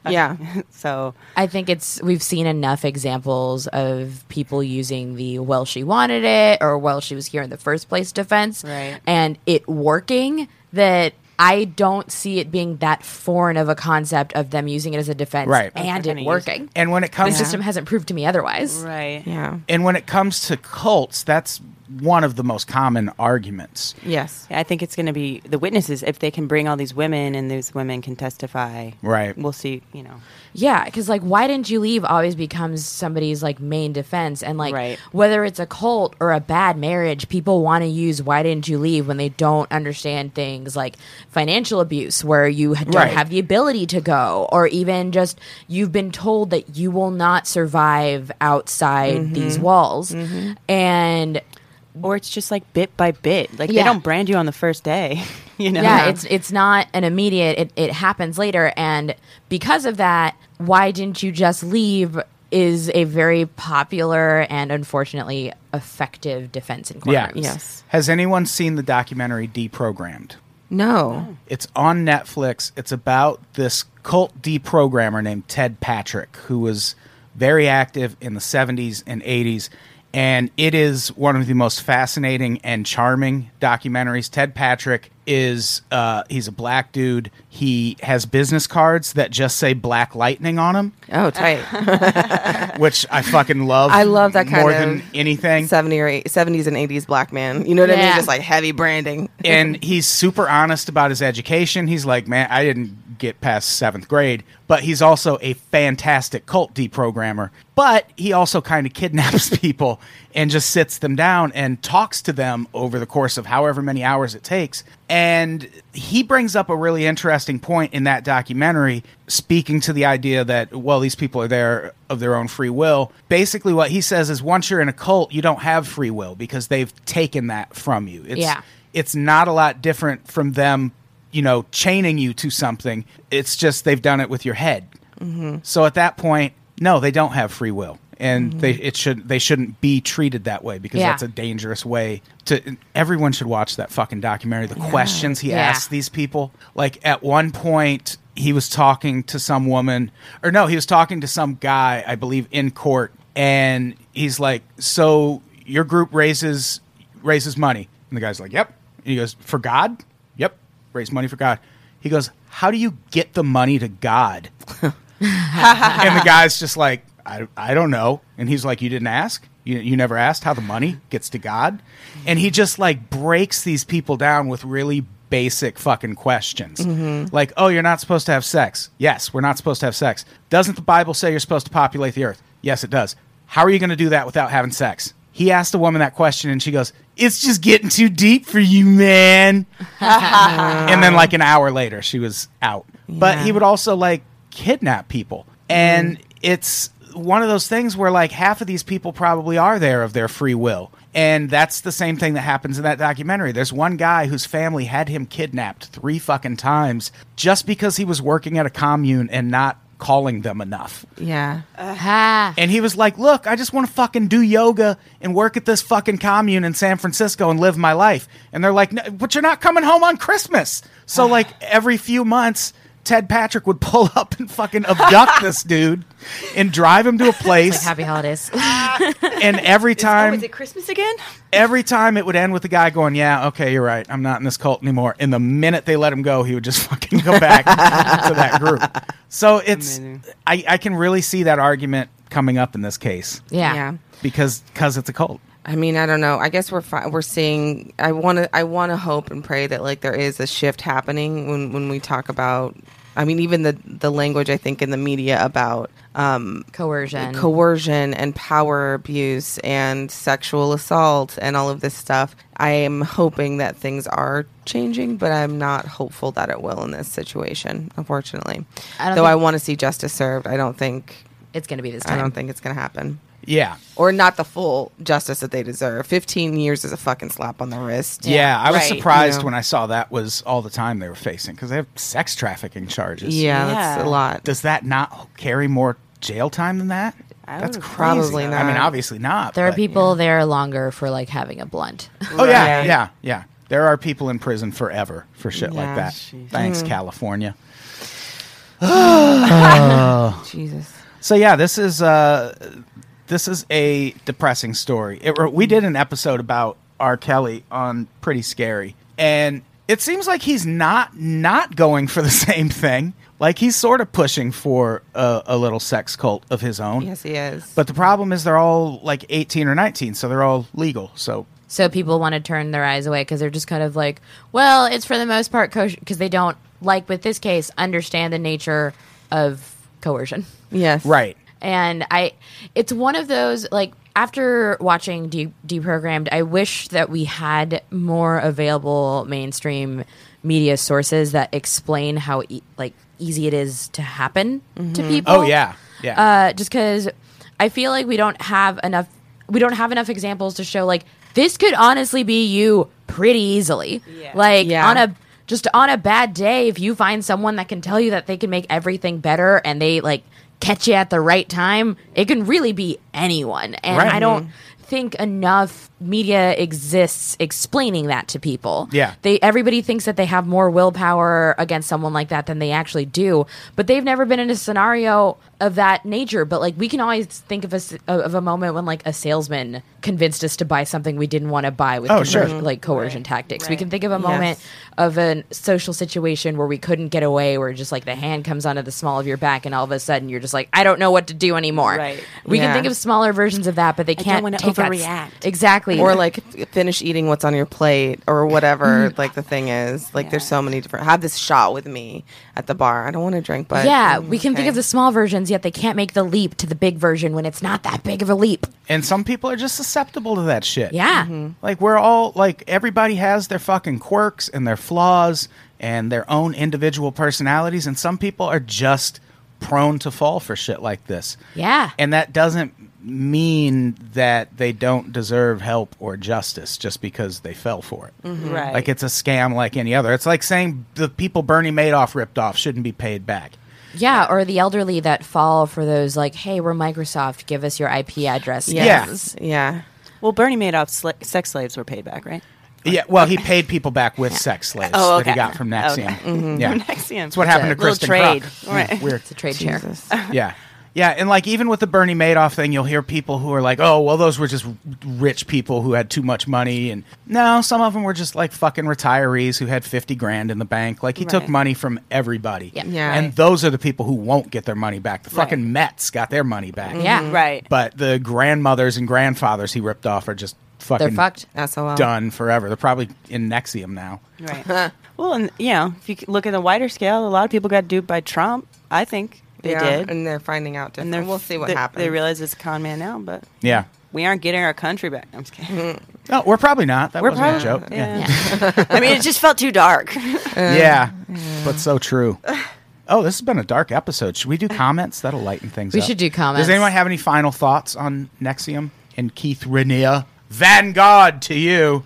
Speaker 1: Yeah.
Speaker 4: Yeah.
Speaker 5: So,
Speaker 3: I think it's we've seen enough examples of people using the well she wanted it or well she was here in the first place defense
Speaker 5: Right.
Speaker 3: and it working that I don't see it being that foreign of a concept of them using it as a defense
Speaker 1: Right.
Speaker 3: and
Speaker 5: They're gonna
Speaker 3: it
Speaker 5: use
Speaker 3: working.
Speaker 1: And when it
Speaker 3: The
Speaker 1: comes to
Speaker 3: system hasn't proved to me otherwise.
Speaker 5: right.
Speaker 4: Yeah.
Speaker 1: and when it comes to cults, that's one of the most common arguments.
Speaker 4: Yes.
Speaker 5: I think it's going to be the witnesses if they can bring all these women and these women can testify.
Speaker 1: Right.
Speaker 5: We'll see. You know.
Speaker 3: Yeah, because like, why didn't you leave? Always becomes somebody's like main defense, and like,
Speaker 5: Right.
Speaker 3: whether it's a cult or a bad marriage, people want to use "why didn't you leave" when they don't understand things like financial abuse, where you ha- don't
Speaker 1: Right.
Speaker 3: have the ability to go, or even just you've been told that you will not survive outside these walls, and
Speaker 5: Or it's just like bit by bit. Like
Speaker 3: Yeah.
Speaker 5: they don't brand you on the first day. You know.
Speaker 3: yeah, it's it's not an immediate. It it happens later, and because of that, why didn't you just leave? Is a very popular and unfortunately effective defense in courtrooms.
Speaker 4: Yes.
Speaker 1: Has anyone seen the documentary Deprogrammed?
Speaker 4: No.
Speaker 1: It's on Netflix. It's about this cult deprogrammer named Ted Patrick, who was very active in the 70s and 80s. And it is one of the most fascinating and charming documentaries. Ted Patrick is, uh, he's a black dude. He has business cards that just say Black Lightning on them,
Speaker 4: Oh, tight.
Speaker 1: which I fucking love.
Speaker 4: I love that kind
Speaker 1: more
Speaker 4: of
Speaker 1: than anything.
Speaker 4: Seventy or eight, seventies and eighties black man. You know what I mean?
Speaker 3: Yeah.
Speaker 4: Just like heavy branding.
Speaker 1: and he's super honest about his education. He's like, man, I didn't get past seventh grade, but he's also a fantastic cult deprogrammer. But he also kind of kidnaps people and just sits them down and talks to them over the course of however many hours it takes. And he brings up a really interesting point in that documentary, speaking to the idea that, well, these people are there of their own free will. Basically, what he says is once you're in a cult, you don't have free will because they've taken that from you. It's,
Speaker 3: Yeah.
Speaker 1: it's not a lot different from them, you know, chaining you to something. It's just they've done it with your head.
Speaker 3: Mm-hmm.
Speaker 1: So at that point, no, they don't have free will, and they it should they shouldn't be treated that way because
Speaker 3: Mm-hmm. Yeah.
Speaker 1: that's a dangerous way to. Everyone should watch that fucking documentary. The questions he
Speaker 3: Yeah.
Speaker 1: asked these people, like at one point. He was talking to some woman, or no, he was talking to some guy, I believe, in court, and he's like, "So your group raises raises money. And the guy's like, Yep. And he goes, For God? Yep. Raise money for God. He goes, How do you get the money to God? and the guy's just like, I, I don't know. And he's like, You didn't ask? You, you never asked how the money gets to God? And he just like breaks these people down with really basic fucking questions. Like, Oh, you're not supposed to have sex. Yes, we're not supposed to have sex. Doesn't the Bible say you're supposed to populate the earth? Yes, it does. How are you going to do that without having sex? He asked the woman that question, and she goes, It's just getting too deep for you, man. and then, like, an hour later, she was out. But
Speaker 4: Yeah.
Speaker 1: he would also, like, kidnap people. And it's one of those things where like half of these people probably are there of their free will. And that's the same thing that happens in that documentary. There's one guy whose family had him kidnapped three fucking times just because he was working at a commune and not calling them enough.
Speaker 4: Yeah.
Speaker 5: Oh,
Speaker 3: Ha.
Speaker 1: And he was like, "Look, I just want to fucking do yoga and work at this fucking commune in San Francisco and live my life." And they're like, no, "But you're not coming home on Christmas." So like every few months, Ted Patrick would pull up and fucking abduct this dude and drive him to a place.
Speaker 3: Happy holidays.
Speaker 1: and every
Speaker 5: Oh,
Speaker 1: time,
Speaker 5: is it Christmas again?
Speaker 1: every time it would end with the guy going, "Yeah, okay, you're right. I'm not in this cult anymore." And the minute they let him go, he would just fucking go back to that group. So it's,
Speaker 5: Amazing.
Speaker 1: I, I can really see that argument coming up in this case
Speaker 3: Yeah.
Speaker 4: Yeah.
Speaker 1: because because it's a cult.
Speaker 4: I mean, I don't know. I guess we're fi- we're seeing. I want to. I want to hope and pray that like there is a shift happening when when we talk about. I mean, even the the language I think in the media about um,
Speaker 3: Coercion.
Speaker 4: coercion and power abuse and sexual assault and all of this stuff. I am hoping that things are changing, but I'm not hopeful that it will in this situation. Unfortunately,
Speaker 3: I don't
Speaker 4: though
Speaker 3: think-
Speaker 4: I want to see justice served, I don't think.
Speaker 3: it's going to be this
Speaker 4: I
Speaker 3: time.
Speaker 4: don't think it's going to happen
Speaker 1: Yeah.
Speaker 4: or not the full justice that they deserve. 15 years is a fucking slap on the wrist.
Speaker 1: Yeah, I was
Speaker 3: right,
Speaker 1: surprised
Speaker 4: you know.
Speaker 1: when I saw that was all the time they were facing because they have sex trafficking charges.
Speaker 4: Yeah, that's
Speaker 5: Yeah.
Speaker 4: a lot.
Speaker 1: Does that not carry more jail time than that? That's
Speaker 5: would-
Speaker 1: crazy.
Speaker 4: Probably
Speaker 1: I mean,
Speaker 4: not.
Speaker 1: obviously not.
Speaker 3: there are
Speaker 1: but-
Speaker 3: people there longer for like having a blunt.
Speaker 1: Oh yeah,
Speaker 4: Right.
Speaker 1: yeah, yeah. There are people in prison forever for shit like
Speaker 4: Yeah.
Speaker 1: that.
Speaker 5: Jeez.
Speaker 1: Thanks, California.
Speaker 4: Jesus.
Speaker 1: So yeah, this is uh, this is a depressing story. It, we did an episode about R. Kelly on Pretty Scary, and it seems like he's not not going for the same thing. Like he's sort of pushing for a, a little sex cult of his own.
Speaker 4: Yes, he is.
Speaker 1: But the problem is they're all like 18 or 19, so they're all legal. So
Speaker 3: So people want to turn their eyes away because they're just kind of like, well, it's for the most part because they don't like with this case understand the nature of coercion.
Speaker 4: yes.
Speaker 1: right.
Speaker 3: and I it's one of those like after watching De- deprogrammed I wish that we had more available mainstream media sources that explain how e- like easy it is to happen to people
Speaker 1: Oh yeah, yeah.
Speaker 3: uh, just because I feel like we don't have enough we don't have enough examples to show like this could honestly be you pretty easily like
Speaker 4: Yeah.
Speaker 3: on a just on a bad day if you find someone that can tell you that they can make everything better and they like catch you at the right time it can really be anyone and
Speaker 1: Right.
Speaker 3: I don't think enough media exists explaining that to people
Speaker 1: Yeah.
Speaker 3: they everybody thinks that they have more willpower against someone like that than they actually do but they've never been in a scenario of that nature but like we can always think of a s- of a moment when like a salesman convinced us to buy something we didn't want to buy with
Speaker 1: Oh, sure.
Speaker 3: conversion- like coercion tactics we can think of a moment
Speaker 4: Yes.
Speaker 3: of a social situation where we couldn't get away where just like the hand comes onto the small of your back and all of a sudden you're just like i don't know what to do anymore
Speaker 5: Right.
Speaker 3: we
Speaker 4: Yeah.
Speaker 3: can think of smaller versions of that but they can't
Speaker 5: wanna
Speaker 3: take that s-
Speaker 5: overreact.
Speaker 3: exactly
Speaker 4: Or like finish eating what's on your plate or whatever like the thing is. Like there's so many different have this shot with me at the bar. I don't want to drink, but
Speaker 3: Yeah,
Speaker 4: Mm,
Speaker 3: we can think
Speaker 4: okay.
Speaker 3: of the small versions, yet they can't make the leap to the big version when it's not that big of a leap.
Speaker 1: and some people are just susceptible to that shit.
Speaker 3: Yeah.
Speaker 4: Mm-hmm.
Speaker 1: Like we're all like everybody has their fucking quirks and their flaws and their own individual personalities and some people are just prone to fall for shit like this.
Speaker 3: Yeah.
Speaker 1: And that doesn't mean that they don't deserve help or justice just because they fell for it.
Speaker 5: Mm-hmm. Right.
Speaker 1: Like it's a scam like any other. It's like saying the people Bernie Madoff ripped off shouldn't be paid back.
Speaker 3: Yeah, or the elderly that fall for those like, hey, we're Microsoft, give us your IP address.
Speaker 4: Yes. Yeah.
Speaker 5: Well, Bernie Madoff's sla- sex slaves were paid back, right?
Speaker 1: Yeah, well, he paid people back with sex slaves
Speaker 5: Oh,
Speaker 1: that he
Speaker 5: okay.
Speaker 1: got from Nexium.
Speaker 5: Okay.
Speaker 1: Yeah,
Speaker 5: Nexium.
Speaker 1: That's what happened to
Speaker 5: Little
Speaker 1: Kristen Mm-hmm.
Speaker 5: trade.
Speaker 1: Crock.
Speaker 5: Right.
Speaker 1: Yeah, weird.
Speaker 3: It's a trade share.
Speaker 4: Jesus.
Speaker 1: Yeah. Yeah, and like even with the Bernie Madoff thing, you'll hear people who are like, "Oh, well, those were just r- rich people who had too much money," and no, some of them were just like fucking retirees who had fifty grand in the bank. Like he took
Speaker 4: Right.
Speaker 1: money from everybody,
Speaker 3: Yeah.
Speaker 4: Yeah.
Speaker 1: and those are the people who won't get their money back. The fucking Mets got their money back,
Speaker 3: Yeah.
Speaker 4: Mm-hmm.
Speaker 5: Right.
Speaker 1: but the grandmothers and grandfathers he ripped off are just
Speaker 3: They're
Speaker 1: fucking
Speaker 3: fucked.
Speaker 4: SOL.
Speaker 1: done forever. They're probably in Nexium now.
Speaker 5: Right. well, and you know, if you c- look at the wider scale, a lot of people got duped by Trump. I think they
Speaker 4: Yeah,
Speaker 5: did,
Speaker 4: And they're finding out different.
Speaker 5: they're-
Speaker 4: we'll see what
Speaker 5: they,
Speaker 4: happens.
Speaker 5: They realize it's a con man now, but
Speaker 1: Yeah.
Speaker 5: we aren't getting our country back. I'm just
Speaker 4: Mm-hmm.
Speaker 5: kidding.
Speaker 1: No, we're probably not. That
Speaker 5: We're
Speaker 1: wasn't a
Speaker 5: probably-
Speaker 1: joke. Yeah.
Speaker 5: I mean, it just felt too dark.
Speaker 1: Yeah. but so true. Oh, this has been a dark episode. Should we do comments? That'll lighten things
Speaker 3: We
Speaker 1: up.
Speaker 3: should do comments.
Speaker 1: Does anyone have any final thoughts on Nexium and Keith Rania? Vanguard to you.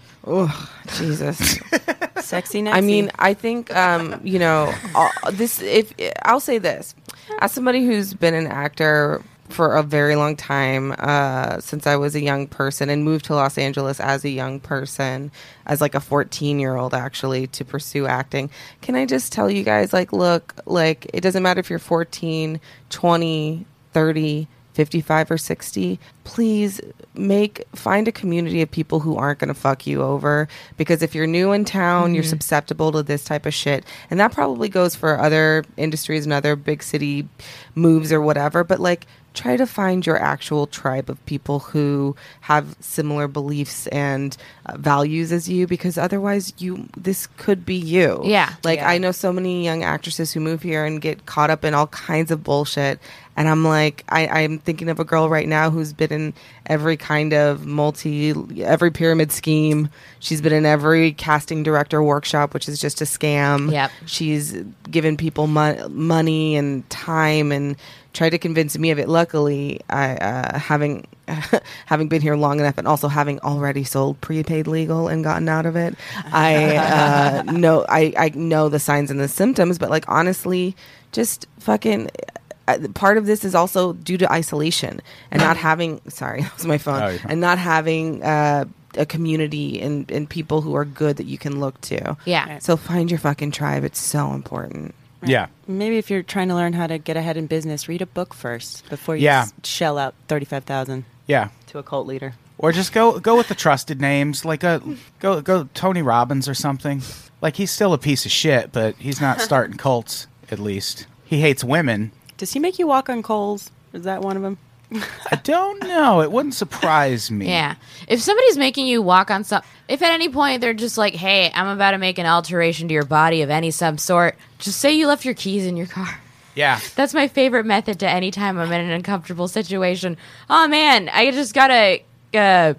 Speaker 4: Jesus.
Speaker 5: Sexy
Speaker 4: I mean, I think um, you know all, this. If I'll say this, as somebody who's been an actor for a very long time, uh, since I was a young person, and moved to Los Angeles as a young person, as like a fourteen-year-old actually to pursue acting. Can I just tell you guys, like, look, like it doesn't matter if you're 14, 20, 30, 55 or 60 please make find a community of people who aren't going to fuck you over because if you're new in town you're susceptible to this type of shit and that probably goes for other industries and other big city moves or whatever but like try to find your actual tribe of people who have similar beliefs and uh, values as you because otherwise you this could be you
Speaker 3: Yeah.
Speaker 4: like i know so many young actresses who move here and get caught up in all kinds of bullshit and i'm like I, i'm thinking of a girl right now who's been in every kind of multi every pyramid scheme she's been in every casting director workshop which is just a scam
Speaker 3: Yep.
Speaker 4: she's given people mo- money and time and tried to convince me of it luckily i uh, having having been here long enough and also having already sold prepaid legal and gotten out of it i uh, know I, I know the signs and the symptoms but like honestly just fucking uh, part of this is also due to isolation and not having sorry that was my phone
Speaker 1: Oh, you're fine.
Speaker 4: and not having uh, a community and, and people who are good that you can look to
Speaker 3: Yeah. Right.
Speaker 4: so find your fucking tribe. It's so important.
Speaker 1: Yeah.
Speaker 5: maybe if you're trying to learn how to get ahead in business, read a book first before you
Speaker 1: Yeah.
Speaker 5: s- shell out thirty-five thousand
Speaker 1: Yeah.
Speaker 5: to a cult leader.
Speaker 1: Or just go go with the trusted names, like a go go Tony Robbins or something. Like he's still a piece of shit, but he's not starting cults. At least he hates women.
Speaker 5: Does he make you walk on coals? Is that one of them?
Speaker 1: I don't know. It wouldn't surprise me.
Speaker 3: Yeah. If somebody's making you walk on some, if at any point they're just like, "Hey, I'm about to make an alteration to your body of any some sort," just say you left your keys in your car.
Speaker 1: Yeah.
Speaker 3: That's my favorite method to any time I'm in an uncomfortable situation. Oh man, I just gotta uh,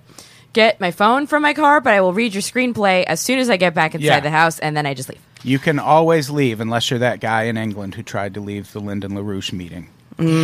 Speaker 3: get my phone from my car, but I will read your screenplay as soon as I get back inside
Speaker 1: Yeah.
Speaker 3: the house, and then I just leave.
Speaker 1: You can always leave unless you're that guy in England who tried to leave the Lyndon LaRouche meeting.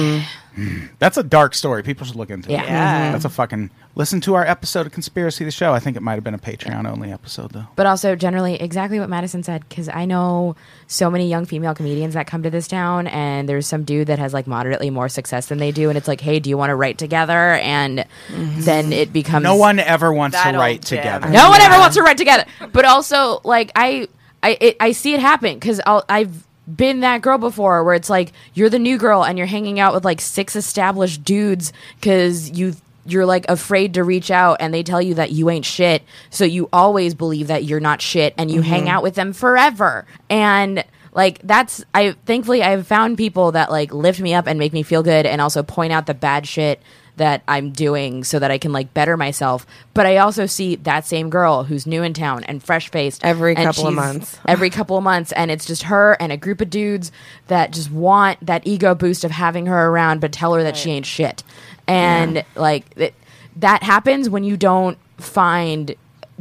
Speaker 1: Mm. That's a dark story. People should look into
Speaker 3: Yeah.
Speaker 1: it.
Speaker 3: Yeah.
Speaker 1: That's a fucking. Listen to our episode of Conspiracy the Show. I think it might have been a Patreon only episode, though.
Speaker 3: But also, generally, exactly what Madison said, because I know so many young female comedians that come to this town, and there's some dude that has like moderately more success than they do, and it's like, hey, do you want to write together? And then it becomes
Speaker 1: No one ever wants to
Speaker 5: That old
Speaker 1: write
Speaker 5: Jim.
Speaker 1: together.
Speaker 3: No one ever wants to write together. But also, like I, I, it, I see it happen because I've been that girl before, where it's like you're the new girl and you're hanging out with like six established dudes because you you're like afraid to reach out and they tell you that you ain't shit so you always believe that you're not shit and you hang out with them forever and like that's i thankfully i've found people that like lift me up and make me feel good and also point out the bad shit that I'm doing so that I can like better myself. But I also see that same girl who's new in town and fresh faced
Speaker 4: Every couple of months.
Speaker 3: every couple of months. And it's just her and a group of dudes that just want that ego boost of having her around, but tell her that she ain't shit. And like it, that happens when you don't find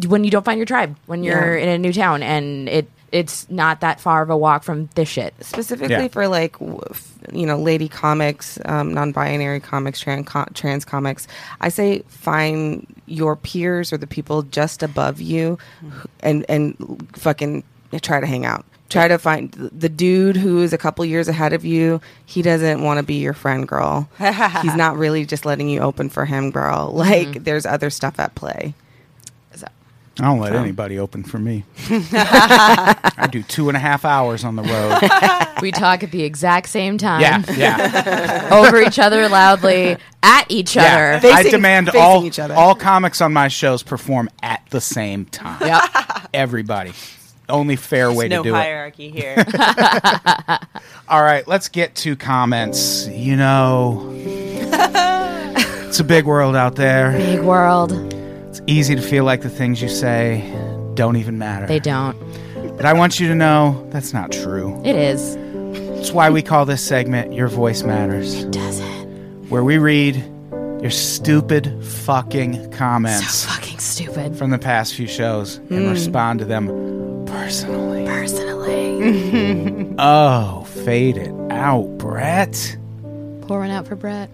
Speaker 3: when you don't find your tribe when you're
Speaker 4: Yeah.
Speaker 3: in a new town and it it's not that far of a walk from this shit.
Speaker 4: Specifically
Speaker 1: Yeah.
Speaker 4: for like, w- f- you know, lady comics, um, non-binary comics, trans, trans comics. I say find your peers or the people just above you, and and fucking try to hang out. Try to find th- the dude who is a couple years ahead of you. He doesn't want to be your friend, girl. He's not really just letting you open for him, girl.
Speaker 5: Mm-hmm.
Speaker 4: Like, there's other stuff at play.
Speaker 1: I don't let anybody open for me. I do two and a half hours on the road.
Speaker 3: We talk at the exact same time.
Speaker 1: yeah, yeah.
Speaker 3: over each other loudly at each
Speaker 1: yeah.
Speaker 3: other.
Speaker 1: I
Speaker 4: Facing-
Speaker 1: demand
Speaker 4: facing
Speaker 1: all,
Speaker 4: each other.
Speaker 1: all comics on my shows perform at the same time. Everybody. Only fair way
Speaker 5: no
Speaker 1: to do it.
Speaker 5: hierarchy here.
Speaker 1: All right, let's get to comments. You know, it's a big world out there.
Speaker 3: Big world.
Speaker 1: It's easy to feel like the things you say don't even matter.
Speaker 3: They don't.
Speaker 1: But I want you to know that's not true.
Speaker 3: It is.
Speaker 1: It's why we call this segment Your Voice Matters,
Speaker 3: Does it?
Speaker 1: where we read your stupid fucking comments
Speaker 3: Fucking stupid. Hmm.
Speaker 1: from the past few shows and respond to them Personally. Personally. oh, fade it out, Brett.
Speaker 3: Pouring out for Brett.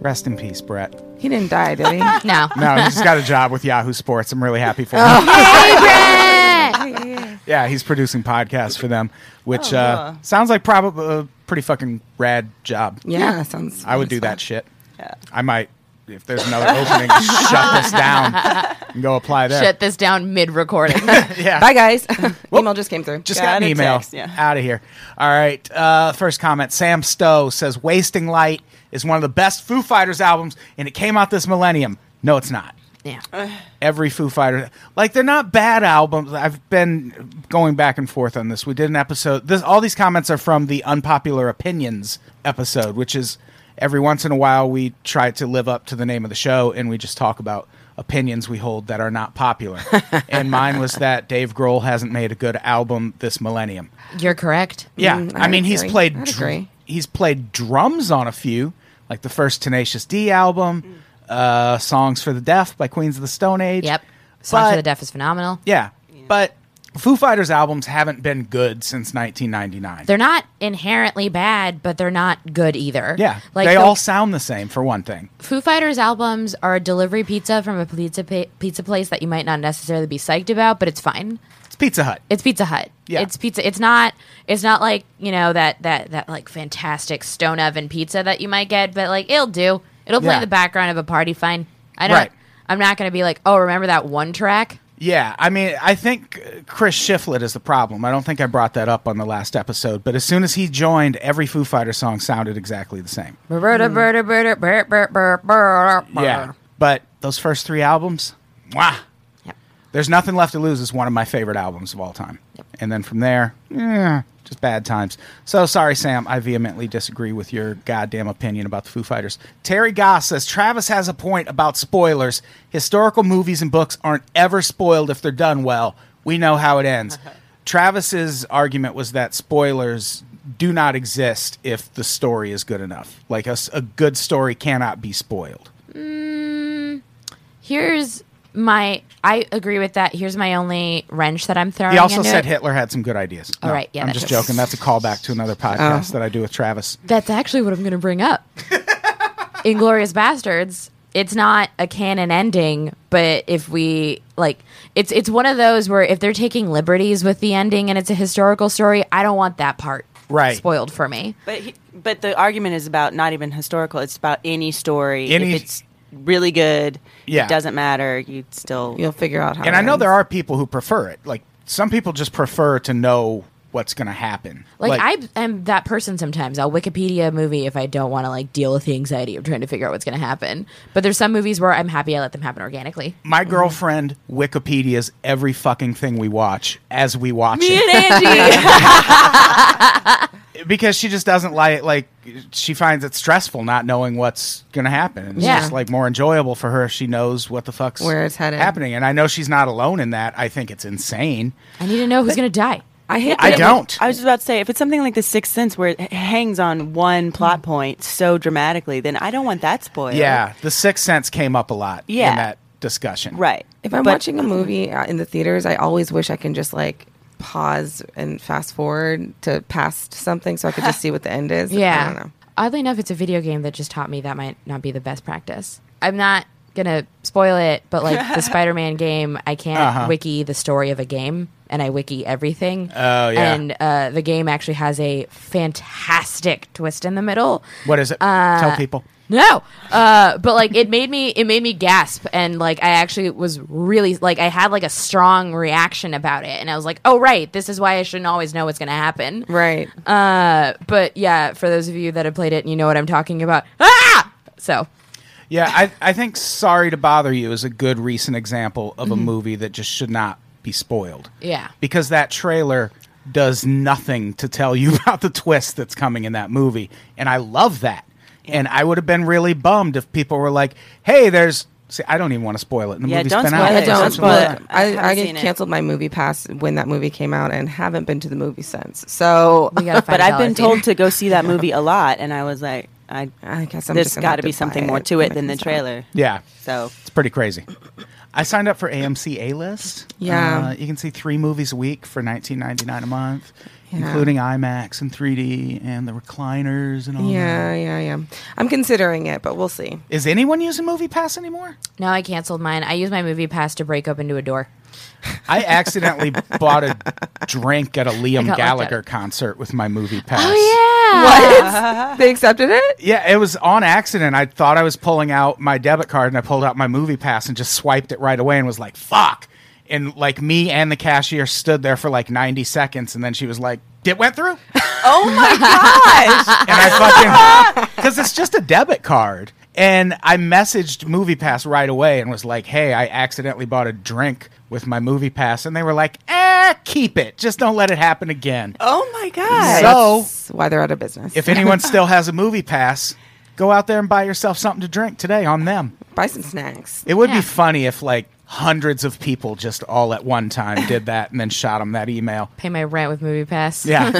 Speaker 1: Rest in peace, Brett.
Speaker 4: He didn't die, did he?
Speaker 3: No.
Speaker 1: No, he just got a job with Yahoo Sports. I'm really happy for
Speaker 5: Oh.
Speaker 1: him. Yeah, he's producing podcasts for them, which uh, sounds like probably a pretty fucking rad job.
Speaker 4: yeah, sounds.
Speaker 1: I would do that shit. I might, if there's another opening, shut this down and go apply there.
Speaker 3: Shut this down mid recording.
Speaker 1: Yeah.
Speaker 4: Bye, guys. Email just came through.
Speaker 1: Just
Speaker 5: Got
Speaker 1: got an
Speaker 5: a
Speaker 1: email.
Speaker 5: text, yeah.
Speaker 1: Out of here. All right. Uh, first comment. Sam Stowe says "Wasting Light" is one of the best Foo Fighters albums, and it came out this millennium. No, it's not.
Speaker 3: yeah.
Speaker 1: Every Foo Fighter, like they're not bad albums. I've been going back and forth on this. We did an episode. This all these comments are from the unpopular opinions episode, which is every once in a while we try to live up to the name of the show and we just talk about opinions we hold that are not popular. and mine was that Dave Grohl hasn't made a good album this millennium.
Speaker 3: You're correct.
Speaker 1: Yeah,
Speaker 4: Mm,
Speaker 1: I,
Speaker 4: I
Speaker 1: mean
Speaker 4: would
Speaker 1: he's
Speaker 4: agree.
Speaker 1: played
Speaker 4: I'd
Speaker 1: dr-
Speaker 4: agree.
Speaker 1: he's played drums on a few, like the first Tenacious D album, uh, "Songs for the Deaf" by Queens of the Stone Age.
Speaker 3: Mm. Yep. Songs
Speaker 1: But-
Speaker 3: for the Deaf is phenomenal.
Speaker 1: Yeah, but Foo Fighters albums haven't been good since 1999.
Speaker 3: They're not inherently bad, but they're not good either.
Speaker 1: yeah,
Speaker 3: Like
Speaker 1: they
Speaker 3: the
Speaker 1: all sound the same for one thing.
Speaker 3: Foo Fighters albums are a delivery pizza from a pizza pa- pizza place that you might not necessarily be psyched about, but it's fine.
Speaker 1: It's Pizza Hut.
Speaker 3: It's Pizza Hut.
Speaker 1: Yeah.
Speaker 3: It's pizza. It's not. It's not like you know that that that like fantastic stone oven pizza that you might get, but like it'll do. It'll play
Speaker 1: Yeah.
Speaker 3: in the background of a party. Fine. I don't.
Speaker 1: Right.
Speaker 3: I'm not going to be like, oh, remember that one track?
Speaker 1: Yeah, I mean, I think uh, Chris Shiflett is the problem. I don't think I brought that up on the last episode, but as soon as he joined, every Foo Fighter song sounded exactly the same.
Speaker 3: Roberta, Roberta, Roberta, Roberta, Roberta, Roberta, Roberta.
Speaker 1: Mm. Yeah, but those first three albums, wow.
Speaker 3: Yep.
Speaker 1: There's nothing left to lose is one of my favorite albums of all time. And then from there, yeah, just bad times. So sorry, Sam. I vehemently disagree with your goddamn opinion about the Foo Fighters. Terry Goss says Travis has a point about spoilers. Historical movies and books aren't ever spoiled if they're done well. We know how it ends. Travis's argument was that spoilers do not exist if the story is good enough. Like a, s- a good story cannot be spoiled.
Speaker 3: Here's my. I agree with that. Here's my only wrench that I'm throwing.
Speaker 1: He also
Speaker 3: into
Speaker 1: said
Speaker 3: it.
Speaker 1: Hitler had some good ideas.
Speaker 3: All right, yeah,
Speaker 1: I'm
Speaker 3: that
Speaker 1: just
Speaker 3: too.
Speaker 1: joking. That's a callback to
Speaker 4: Oh.
Speaker 1: another podcast that I do with Travis.
Speaker 3: That's actually what I'm going to bring up. Inglorious Bastards. It's not a canon ending, but if we like, it's it's one of those where if they're taking liberties with the ending and it's a historical story, I don't want that part
Speaker 1: Right.
Speaker 3: spoiled for me.
Speaker 5: But he, but the argument is about not even historical. It's about any story.
Speaker 1: Any-
Speaker 5: if it's really good,
Speaker 1: Yeah.
Speaker 5: it doesn't matter. You still
Speaker 4: You'll figure out how.
Speaker 1: And
Speaker 4: it
Speaker 1: I know
Speaker 4: ends.
Speaker 1: there are people who prefer it. Like some people just prefer to know what's going to happen.
Speaker 3: Like, I am that person sometimes. I'll Wikipedia a movie if I don't want to like deal with the anxiety of trying to figure out what's going to happen. But there's some movies where I'm happy I let them happen organically.
Speaker 1: my girlfriend Wikipedia's every fucking thing we watch as we watch it.
Speaker 3: Angie,
Speaker 1: because she just doesn't like like she finds it stressful not knowing what's going to happen. And It's
Speaker 3: Yeah.
Speaker 1: just like more enjoyable for her if she knows what the fuck's
Speaker 4: Where it's headed.
Speaker 1: happening. And I know she's not alone in that. I think it's insane.
Speaker 3: I need to know who's going to die.
Speaker 4: I hate.
Speaker 1: I
Speaker 4: that-
Speaker 1: don't.
Speaker 5: I was just about to say, if it's something like The Sixth Sense, where it h- hangs on one plot point so dramatically, then I don't want that spoiled.
Speaker 1: Yeah, the Sixth Sense came up a lot
Speaker 5: Yeah.
Speaker 1: in that discussion.
Speaker 5: right.
Speaker 4: If I'm
Speaker 5: But-
Speaker 4: watching a movie uh, in the theaters, I always wish I can just like pause and fast forward to past something so I could just see what the end is.
Speaker 3: Yeah.
Speaker 4: I don't know.
Speaker 3: Oddly enough, it's a video game that just taught me that might not be the best practice. I'm not gonna spoil it, but like the Spider-Man game, I can't
Speaker 4: Uh-huh.
Speaker 3: wiki the story of a game, and I wiki everything.
Speaker 1: Oh, yeah.
Speaker 3: And uh, the game actually has a fantastic twist in the middle.
Speaker 1: What is it?
Speaker 5: Uh,
Speaker 1: Tell people.
Speaker 3: No, uh, but like it made me it made me gasp, and like I actually was really like I had like a strong reaction about it, and I was like, oh right, this is why I shouldn't always know what's gonna happen.
Speaker 4: Right.
Speaker 3: Uh, but yeah, for those of you that have played it and you know what I'm talking about, ah! So
Speaker 1: Yeah, I, I think Sorry to Bother You is a good recent example of a
Speaker 5: Mm-hmm.
Speaker 1: movie that just should not be spoiled.
Speaker 3: Yeah.
Speaker 1: Because that trailer does nothing to tell you about the twist that's coming in that movie. And I love that. And I would have been really bummed if people were like, hey, there's. See, I don't even want to spoil it. And the
Speaker 5: Yeah,
Speaker 1: movie's
Speaker 5: don't
Speaker 1: been
Speaker 5: spoil
Speaker 1: out.
Speaker 4: I
Speaker 5: it. Yeah,
Speaker 4: don't.
Speaker 5: that's what-
Speaker 4: but I,
Speaker 5: I
Speaker 4: I,
Speaker 5: haven't seen it.
Speaker 4: canceled my movie pass when that movie came out and haven't been to the movie since. So
Speaker 3: we gotta find.
Speaker 5: But
Speaker 3: a
Speaker 5: I've
Speaker 3: dollar
Speaker 5: been
Speaker 3: theater.
Speaker 5: told to go see that movie a lot, and I was like, I,
Speaker 4: I guess I'm
Speaker 5: there's
Speaker 4: just gonna
Speaker 5: got
Speaker 4: have
Speaker 5: to
Speaker 4: to
Speaker 5: be
Speaker 4: buy
Speaker 5: something
Speaker 4: it
Speaker 5: more to
Speaker 4: when
Speaker 5: it
Speaker 4: it
Speaker 5: than the
Speaker 4: comes out.
Speaker 5: trailer.
Speaker 1: Yeah.
Speaker 5: So
Speaker 1: It's pretty crazy. I signed up for AMC A List. Uh,
Speaker 4: Yeah.
Speaker 1: you can see three movies a week for nineteen ninety nine a month,
Speaker 4: Yeah.
Speaker 1: including IMAX and 3D and the recliners and all
Speaker 4: Yeah,
Speaker 1: that.
Speaker 4: yeah, yeah. I'm considering it, but we'll see.
Speaker 1: Is anyone using Movie Pass anymore?
Speaker 3: No, I canceled mine. I used my movie pass to break open to a door.
Speaker 1: I accidentally bought a drink at a Liam
Speaker 3: got locked
Speaker 1: Gallagher
Speaker 3: out.
Speaker 1: concert with my movie pass.
Speaker 3: Yeah.
Speaker 4: What? they accepted it?
Speaker 1: Yeah, it was on accident. I thought I was pulling out my debit card and I pulled out my movie pass and just swiped it right away and was like, fuck. And like me and the cashier stood there for like 90 seconds and then she was like, it went through. And
Speaker 4: Oh my gosh.
Speaker 1: I fucking, because it's just a debit card. And I messaged MoviePass right away and was like, hey, I accidentally bought a drink with my movie pass. And they were like, eh, keep it. Just don't let it happen again.
Speaker 4: oh my gosh.
Speaker 1: So-
Speaker 4: That's why they're out of business.
Speaker 1: If anyone still has a movie pass, go out there and buy yourself something to drink today on them.
Speaker 4: Buy some snacks.
Speaker 1: It would
Speaker 3: Yeah.
Speaker 1: be funny if like hundreds of people just all at one time did that and then shot them that email.
Speaker 3: Pay my rent with movie pass.
Speaker 1: Yeah.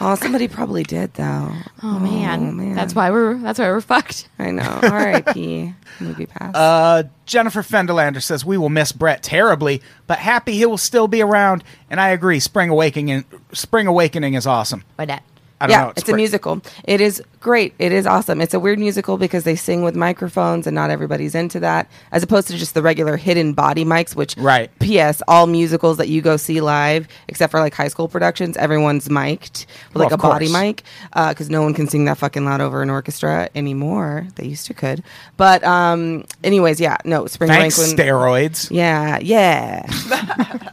Speaker 4: Oh, somebody probably did though.
Speaker 3: Oh man. that's why we're that's why we're fucked.
Speaker 4: I know. R.I.P. Movie pass.
Speaker 1: uh, Jennifer Fendelander says we will miss Brett terribly, but happy he will still be around. And I agree. Spring Awakening, Spring Awakening is awesome.
Speaker 3: Why that?
Speaker 1: I don't
Speaker 4: yeah,
Speaker 1: know.
Speaker 4: it's, a
Speaker 1: spring-
Speaker 4: musical. It is great. It is awesome. It's a weird musical because they sing with microphones and not everybody's into that, as opposed to just the regular hidden body mics. Which,
Speaker 1: Right.
Speaker 4: P.S. All musicals that you go see live, except for like high school productions, everyone's mic'd with
Speaker 1: Well,
Speaker 4: like a
Speaker 1: of
Speaker 4: body
Speaker 1: course.
Speaker 4: mic because no one can sing that fucking loud over an orchestra anymore. They used to could, but um, anyways, yeah. No, Spring
Speaker 1: Thanks,
Speaker 4: Awakening-
Speaker 1: steroids.
Speaker 4: Yeah, yeah.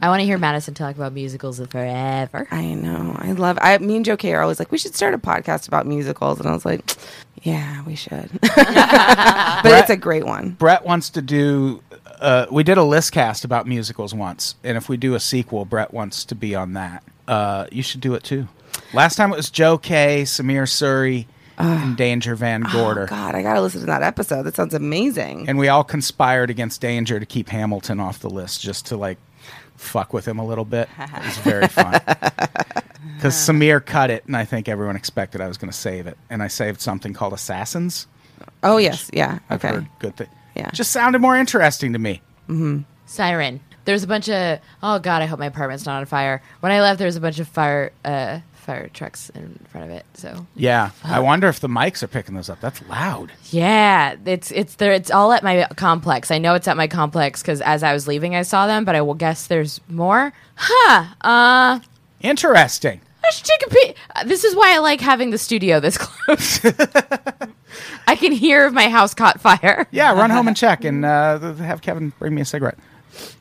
Speaker 3: I want to hear Madison talk about musicals forever.
Speaker 4: I know. I love. I me and Joe K are always like, we should start a podcast about musicals, and I was like, yeah, we should. but it's a great one.
Speaker 1: Brett wants to do. Uh, we did a list cast about musicals once, and if we do a sequel, Brett wants to be on that. Uh, you should do it too. Last time it was Joe K, Samir Suri, and Danger Van Gorder,
Speaker 4: Oh, God, I gotta listen to that episode. That sounds amazing.
Speaker 1: and we all conspired against Danger to keep Hamilton off the list, just to like fuck with him a little bit. It was very fun because Samir cut it, and I think everyone expected I was going to save it, and I saved something called Assassins.
Speaker 4: oh yes, yeah.
Speaker 1: I've
Speaker 4: Okay.
Speaker 1: heard good thing.
Speaker 4: Yeah.
Speaker 1: just sounded more interesting to me.
Speaker 3: Siren. There's a bunch of oh god, I hope my apartment's not on fire. When I left, there was a bunch of fire uh, fire trucks in front of it. So
Speaker 1: Yeah, I wonder if the mics are picking those up. That's loud.
Speaker 3: yeah, it's it's there. It's all at my complex. I know it's at my complex because as I was leaving, I saw them. But I will guess there's more. Huh? Uh,
Speaker 1: Interesting.
Speaker 3: I should take a peek. Uh, This is why I like having the studio this close. I can hear if my house caught fire.
Speaker 1: Yeah, run home and check, and uh, th- have Kevin bring me a cigarette.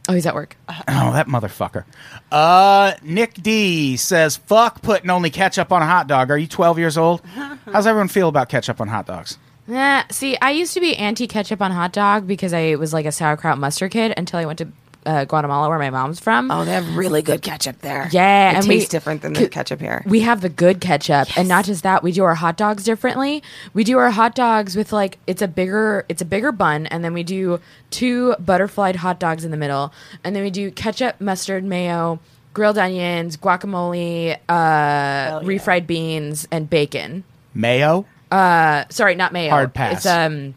Speaker 3: Oh, he's at work.
Speaker 1: Oh, that motherfucker. Uh, Nick D says, "Fuck putting only ketchup on a hot dog." Are you 12 years old? How's everyone feel about ketchup on hot dogs?
Speaker 3: Nah, see, I used to be anti ketchup on hot dog because I was like a sauerkraut mustard kid until I went to uh, Guatemala, where my mom's from.
Speaker 4: Oh, they have really good ketchup there.
Speaker 3: Yeah,
Speaker 4: it
Speaker 3: and we-
Speaker 4: tastes different than the ketchup here.
Speaker 3: We have the good ketchup, and not just that, we do our hot dogs differently. We do our hot dogs with like it's a bigger it's a bigger bun, and then we do two butterflied hot dogs in the middle, and then we do ketchup, mustard, mayo, grilled onions, guacamole, uh, refried beans, and bacon.
Speaker 1: Mayo.
Speaker 3: Sorry, not mayo.
Speaker 1: Hard
Speaker 4: Oh,
Speaker 1: pass.
Speaker 3: It's um,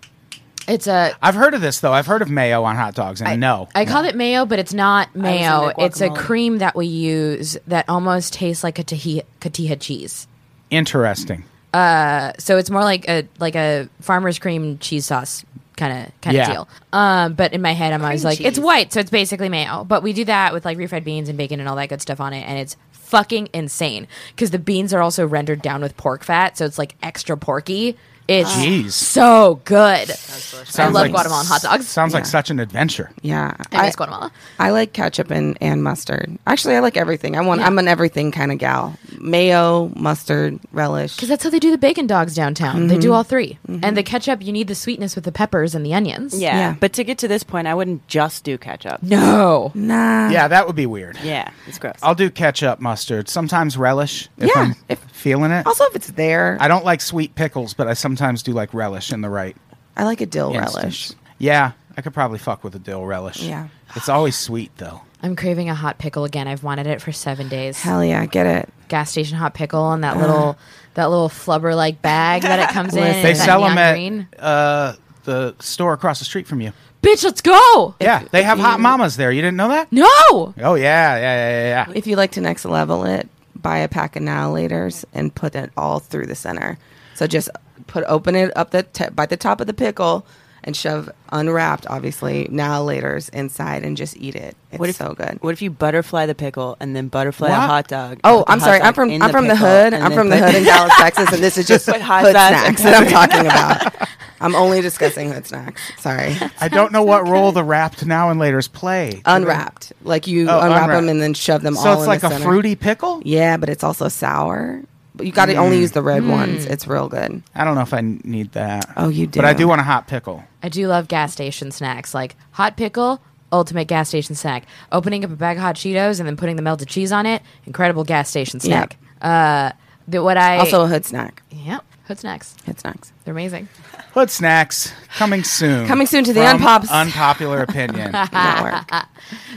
Speaker 3: it's a
Speaker 1: I've heard of this though. I've heard of mayo on hot dogs, and no,
Speaker 3: I call it mayo, but it's not mayo.
Speaker 4: into
Speaker 3: It's a
Speaker 4: guacamole.
Speaker 3: cream that we use that almost tastes like a Tahiti Cotija cheese.
Speaker 1: interesting.
Speaker 3: So it's more like a like a farmer's cream cheese sauce kind of kind of
Speaker 1: Yeah.
Speaker 3: deal. Um, but in my head, I'm always
Speaker 4: Cream
Speaker 3: like, it's
Speaker 4: cheese.
Speaker 3: white, so it's basically mayo. But we do that with like refried beans and bacon and all that good stuff on it, and it's fucking insane because the beans are also rendered down with pork fat, so it's like extra porky. It's
Speaker 1: Jeez.
Speaker 3: so good. I
Speaker 1: Ah. Sounds
Speaker 3: love
Speaker 1: like-
Speaker 3: Guatemalan hot dogs.
Speaker 1: Sounds like
Speaker 4: Yeah.
Speaker 1: such an adventure.
Speaker 4: yeah,
Speaker 3: I miss Guatemala.
Speaker 4: I like ketchup and, and mustard. Actually, I like everything. I want. I'm an everything kind of gal. Mayo, mustard, relish.
Speaker 3: Because that's how they do the bacon dogs downtown. They
Speaker 1: Mm-hmm.
Speaker 3: do all 3 And the ketchup, you need the sweetness with the peppers and the onions.
Speaker 5: Yeah.
Speaker 4: Yeah.
Speaker 5: But to get to this point, I wouldn't just do ketchup.
Speaker 3: No.
Speaker 4: Nah.
Speaker 1: Yeah, that would be weird.
Speaker 5: Yeah, it's gross.
Speaker 1: I'll do ketchup, mustard, sometimes relish if
Speaker 4: Yeah,
Speaker 1: I'm
Speaker 4: if-
Speaker 1: feeling it.
Speaker 4: Also, if it's there,
Speaker 1: I don't like sweet pickles, but I sometimes do like relish in the right
Speaker 4: I like a dill relish.
Speaker 1: instance. Yeah, I could probably fuck with a dill relish.
Speaker 4: Yeah.
Speaker 1: It's always sweet though.
Speaker 3: I'm craving a hot pickle again. I've wanted it for seven days.
Speaker 4: Hell yeah, get it.
Speaker 3: Gas station hot pickle and that little that little flubber like bag that it comes in. and
Speaker 1: They
Speaker 3: it's that
Speaker 1: sell them
Speaker 3: neon
Speaker 1: at
Speaker 3: green.
Speaker 1: uh, the store across the street from you.
Speaker 3: Bitch, let's go.
Speaker 1: yeah, they have hot mamas there. You didn't know that?
Speaker 3: No.
Speaker 1: Oh yeah, yeah, yeah, yeah.
Speaker 4: If you like to next level it, buy a pack of annihilators and put it all through the center. So just put open it up the t- by the top of the pickle and shove unwrapped, obviously, annihilators inside and just eat it. It's
Speaker 5: What if,
Speaker 4: so good.
Speaker 5: What if you butterfly the pickle and then butterfly a
Speaker 1: What?
Speaker 5: hot dog?
Speaker 4: Oh,
Speaker 5: Put the
Speaker 4: I'm
Speaker 5: hot
Speaker 4: sorry.
Speaker 5: dog
Speaker 4: I'm from
Speaker 5: in
Speaker 4: I'm from the
Speaker 5: pickle
Speaker 4: hood.
Speaker 5: and
Speaker 4: I'm
Speaker 5: then
Speaker 4: from the
Speaker 5: put-
Speaker 4: hood in Dallas, Texas, and this is just hood
Speaker 5: hot sauce and
Speaker 4: snacks that I'm talking about. I'm only discussing hood snacks. Sorry,
Speaker 1: I don't know what role the wrapped now and later's play.
Speaker 4: unwrapped. Like you
Speaker 1: Oh,
Speaker 4: unwrap
Speaker 1: unwrapped.
Speaker 4: them and then shove them Um, all.
Speaker 1: so it's
Speaker 4: in
Speaker 1: like
Speaker 4: the
Speaker 1: a
Speaker 4: center.
Speaker 1: fruity pickle.
Speaker 4: Yeah, but it's also sour. But you got
Speaker 1: Mm.
Speaker 4: to only use the red ones. It's real good.
Speaker 1: I don't know if I n- need that.
Speaker 4: Oh, you
Speaker 1: But I
Speaker 4: do.
Speaker 1: do want a hot pickle.
Speaker 3: I do love gas station snacks like hot pickle, ultimate gas station snack. Opening up a bag of hot Cheetos and then putting the melted cheese on it, incredible gas station snack. Uh, the, what I
Speaker 4: Also a hood snack.
Speaker 3: yeah, hood snacks.
Speaker 4: Hood snacks.
Speaker 3: They're amazing.
Speaker 1: Hood snacks coming soon.
Speaker 4: Coming soon to the
Speaker 1: From
Speaker 4: Unpops.
Speaker 1: Unpopular opinion.
Speaker 4: Network.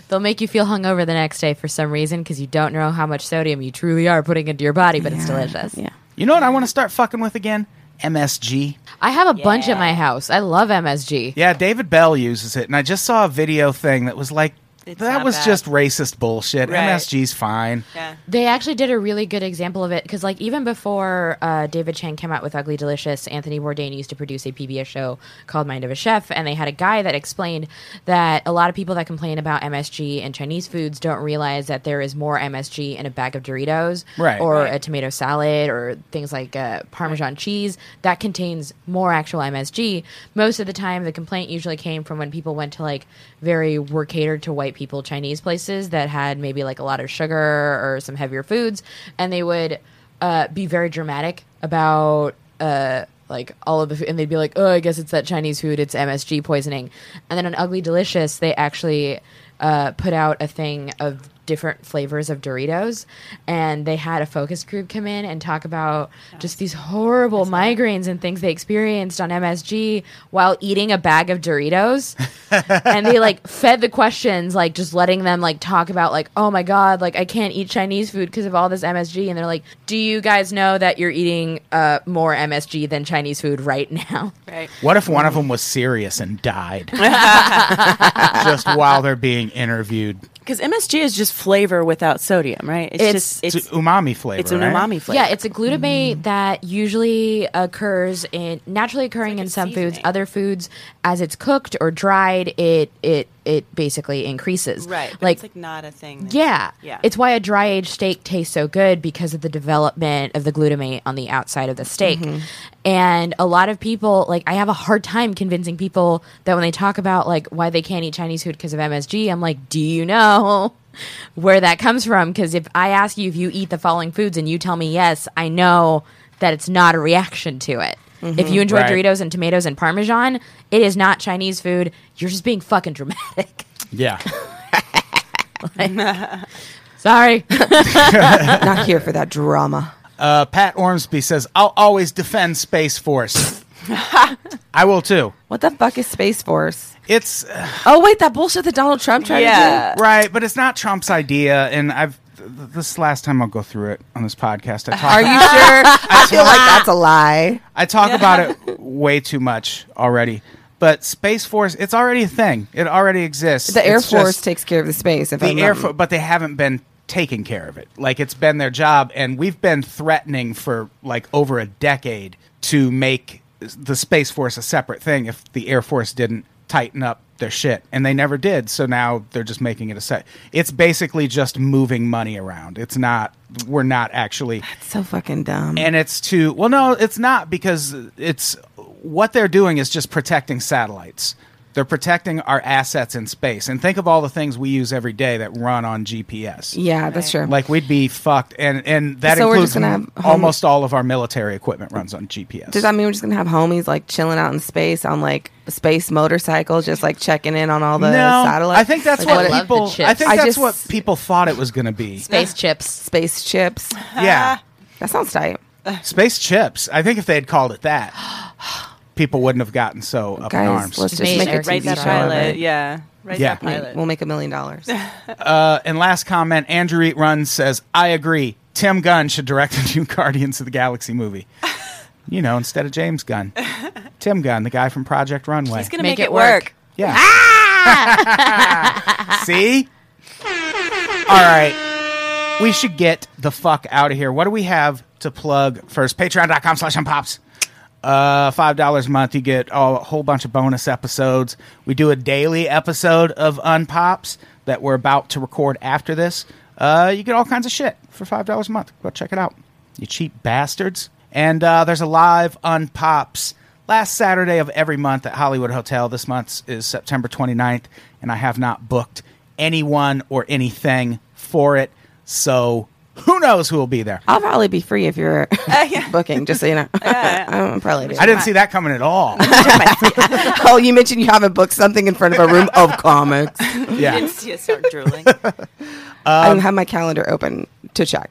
Speaker 3: They'll make you feel hungover the next day for some reason because you don't know how much sodium you truly are putting into your body, but it's delicious.
Speaker 4: yeah.
Speaker 1: you know what I want to start fucking with again? MSG.
Speaker 3: I have a bunch at my house. I love MSG.
Speaker 1: Yeah, David Bell uses it, and I just saw a video thing that was like,
Speaker 5: It's
Speaker 1: that
Speaker 5: not
Speaker 1: was
Speaker 5: bad.
Speaker 1: just racist bullshit.
Speaker 5: Right.
Speaker 1: MSG's fine.
Speaker 5: Yeah.
Speaker 3: They actually did a really good example of it because, like, even before uh, David Chang came out with Ugly Delicious, Anthony Bourdain used to produce a PBS show called Mind of a Chef, and they had a guy that explained that a lot of people that complain about MSG and Chinese foods don't realize that there is more MSG in a bag of Doritos
Speaker 1: Right.
Speaker 3: or
Speaker 1: Right.
Speaker 3: a tomato salad or things like uh, Parmesan cheese that contains more actual MSG. Most of the time, the complaint usually came from when people went to like very were catered to white people Chinese places that had maybe like a lot of sugar or some heavier foods, and they would uh, be very dramatic about. Uh, like all of the food, and they'd be like, "Oh, I guess it's that Chinese food. It's MSG poisoning." And then on Ugly Delicious, they actually uh, put out a thing of different flavors of Doritos, and they had a focus group come in and talk about just these horrible migraines and things they experienced on MSG while eating a bag of Doritos. and they like fed the questions, like just letting them like talk about like, oh my god, like I can't eat Chinese food because of all this MSG. And they're like, do you guys know that you're eating uh, more MSG than Chinese food right now?
Speaker 5: Right.
Speaker 1: What if
Speaker 4: Mm.
Speaker 1: one of them was serious and died just while they're being interviewed?
Speaker 5: Because MSG is just flavor without sodium, right? It's,
Speaker 3: It's-
Speaker 5: just
Speaker 1: It's,
Speaker 5: it's
Speaker 1: an umami flavor.
Speaker 5: it's an
Speaker 1: right?
Speaker 5: umami flavor.
Speaker 3: Yeah, it's a glutamate that usually occurs in naturally occurring in some foods. Other foods, as it's cooked or dried, it it it basically increases.
Speaker 5: right. but
Speaker 3: Like,
Speaker 5: it's like not a thing. that-
Speaker 3: yeah,
Speaker 5: Yeah.
Speaker 3: It's why a dry aged steak tastes so good because of the development of the glutamate on the outside of the steak. And a lot of people, like, I have a hard time convincing people that when they talk about like why they can't eat Chinese food because of MSG, I'm like, do you know? Where that comes from, because if I ask you if you eat the following foods and you tell me yes, I know that it's not a reaction to it. If you enjoy
Speaker 1: Right.
Speaker 3: Doritos and tomatoes and Parmesan, it is not Chinese food. You're just being fucking dramatic.
Speaker 1: Yeah.
Speaker 3: Sorry.
Speaker 4: Not here for that drama.
Speaker 1: Uh, Pat Ormsby says, I'll always defend Space Force. I will too.
Speaker 4: What the fuck is Space Force?
Speaker 1: It's uh,
Speaker 4: Oh wait, that bullshit that Donald Trump tried
Speaker 5: Yeah.
Speaker 4: to
Speaker 1: right, but it's not Trump's idea. And I've th- th- this last time I'll go through it on this podcast. I
Speaker 4: do.
Speaker 1: talk,
Speaker 4: Are you sure? I feel like that's a lie.
Speaker 1: I talk about it way too much already. But Space Force, it's already a thing. It already exists.
Speaker 4: The Air
Speaker 1: It's
Speaker 4: Force
Speaker 1: just-
Speaker 4: takes care of the space. If I'm
Speaker 1: the Air
Speaker 4: not-
Speaker 1: Force, but they haven't been taking care of it. Like it's been their job, and we've been threatening for like over a decade to make the Space Force a separate thing if the Air Force didn't tighten up their shit, and they never did. So now they're just making it a set. It's basically just moving money around. It's not. We're not actually
Speaker 4: so fucking dumb.
Speaker 1: and it's to well no it's not because it's what they're doing is just protecting satellites they're protecting our assets in space and think of all the things we use every day that run on gps
Speaker 4: yeah, that's true.
Speaker 1: like we'd be fucked and and that
Speaker 4: So we're
Speaker 1: includes
Speaker 4: just gonna have home-
Speaker 1: almost all of our military equipment runs on gps
Speaker 4: Does that mean we're just gonna have homies like chilling out in space on like space motorcycles, just like checking in on all the satellites?
Speaker 1: I think that's
Speaker 3: Like,
Speaker 1: what
Speaker 3: I love the
Speaker 1: people. I
Speaker 3: chips.
Speaker 1: think
Speaker 4: I
Speaker 1: that's
Speaker 4: just-
Speaker 1: what people thought it was going to be.
Speaker 3: Space chips.
Speaker 4: space chips.
Speaker 1: Yeah,
Speaker 4: That sounds tight.
Speaker 1: space chips. I think if they had called it that, people wouldn't have gotten so up in
Speaker 4: Guys,
Speaker 1: arms.
Speaker 4: let's just
Speaker 3: Amazing.
Speaker 4: make a
Speaker 3: Right,
Speaker 4: TV
Speaker 3: that
Speaker 4: show.
Speaker 3: pilot,
Speaker 4: Pilot.
Speaker 5: Yeah. Right.
Speaker 1: Yeah.
Speaker 5: that pilot.
Speaker 4: We'll make a million dollars.
Speaker 1: Uh, and last comment, Andrew Eat Run says, I agree. Tim Gunn should direct the new Guardians of the Galaxy movie. You know, instead of James Gunn. Tim Gunn, the guy from Project Runway.
Speaker 6: He's gonna
Speaker 3: Make
Speaker 6: make,
Speaker 3: it
Speaker 6: it work.
Speaker 3: work.
Speaker 1: yeah.
Speaker 6: Ah!
Speaker 1: See? All right. We should get the fuck out of here. What do we have to plug first? Patreon.com slash unpops. Uh, five dollars a month, you get a whole bunch of bonus episodes. We do a daily episode of Unpops that we're about to record after this. Uh, you get all kinds of shit for five dollars a month. Go check it out, you cheap bastards. And uh, there's a live Unpops last Saturday of every month at Hollywood Hotel. This month is September 29th, and I have not booked anyone or anything for it. So who knows who will be there?
Speaker 4: I'll probably be free if you're booking, just so you know. I'm probably.
Speaker 1: I didn't see that coming at all.
Speaker 4: oh, you mentioned you haven't booked something in front of a room of comics.
Speaker 1: Yeah.
Speaker 5: see us start drooling.
Speaker 4: I don't have my calendar open to check.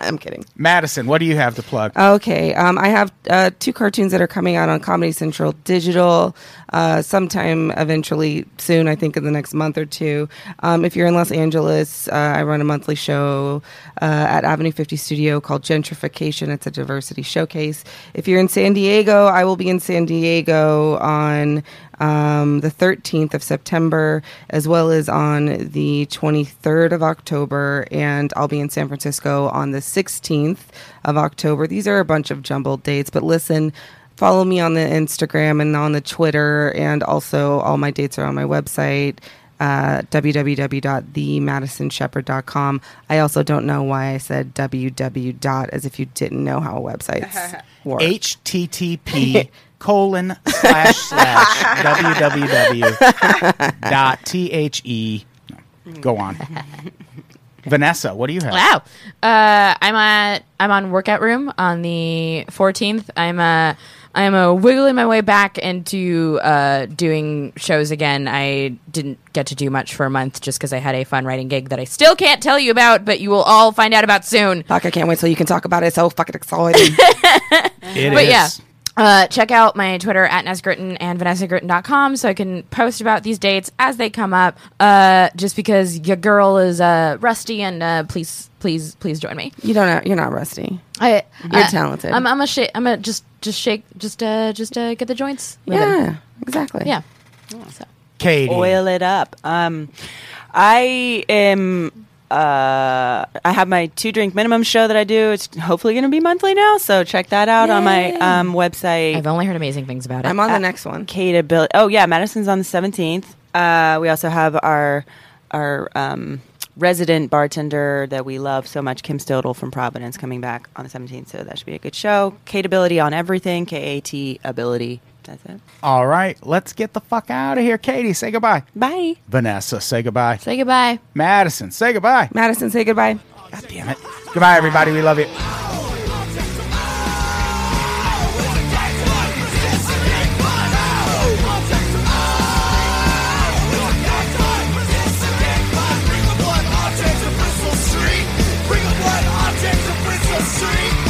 Speaker 4: I'm kidding.
Speaker 1: Madison, what do you have to plug?
Speaker 4: Okay, um, I have uh, two cartoons that are coming out on Comedy Central Digital uh, sometime eventually soon. I think in the next month or two. Um, if you're in Los Angeles, uh, I run a monthly show uh, at Avenue 50 Studio called Gentrification. It's a diversity showcase. If you're in San Diego, I will be in San Diego on um, the 13th of September, as well as on the 23rd of October, and I'll be in San Francisco on the 16th of October. These are a bunch of jumbled dates, but listen, follow me on the Instagram and on the Twitter, and also all my dates are on my website. Uh, www.themadisonshepherd.com. I also don't know why I said www. dot, as if you didn't know how websites work.
Speaker 1: http colon slash slash www dot the no, go on vanessa what do you have
Speaker 3: Wow. Uh, I'm at I'm on workout room on the 14th. I'm uh I'm uh, wiggling my way back into uh, doing shows again. I didn't get to do much for a month just because I had a fun writing gig that I still can't tell you about, but you will all find out about soon.
Speaker 4: Fuck, I can't wait till you can talk about it. So fucking exciting.
Speaker 1: It
Speaker 3: But
Speaker 1: is-
Speaker 3: yeah. Uh, check out my Twitter at NessGritton and VanessaGritton.com so I can post about these dates as they come up. Uh, just because your girl is uh, rusty and uh, please, please, please join me.
Speaker 4: you don't know. You're not rusty.
Speaker 3: I,
Speaker 4: You're
Speaker 3: I-
Speaker 4: talented.
Speaker 3: I'm, I'm a shake. I'm a just, just shake, just, uh, just uh, get the joints. moving.
Speaker 4: Yeah, exactly.
Speaker 3: yeah.
Speaker 1: katie
Speaker 5: Oil it up. Um, I am. Uh, I have my two drink minimum show that I do. It's hopefully going to be monthly now, so check that out on my um, website.
Speaker 3: I've only heard amazing things about it.
Speaker 4: I'm on the next one.
Speaker 5: Kate Bill. Oh yeah, Madison's on the seventeenth. Uh, we also have our our um, resident bartender that we love so much, Kim Stodel from Providence, coming back on the seventeenth. So that should be a good show. Kate Ability on everything. K A T Ability. That's it.
Speaker 1: all right let's get the fuck out of here katie say goodbye
Speaker 5: Bye.
Speaker 1: vanessa say goodbye
Speaker 3: Say goodbye.
Speaker 1: madison say goodbye
Speaker 4: Madison, say goodbye.
Speaker 1: god damn it goodbye everybody we love you
Speaker 7: Bring a blood object to Bristol Street. Bring a blood object to Bristol Street.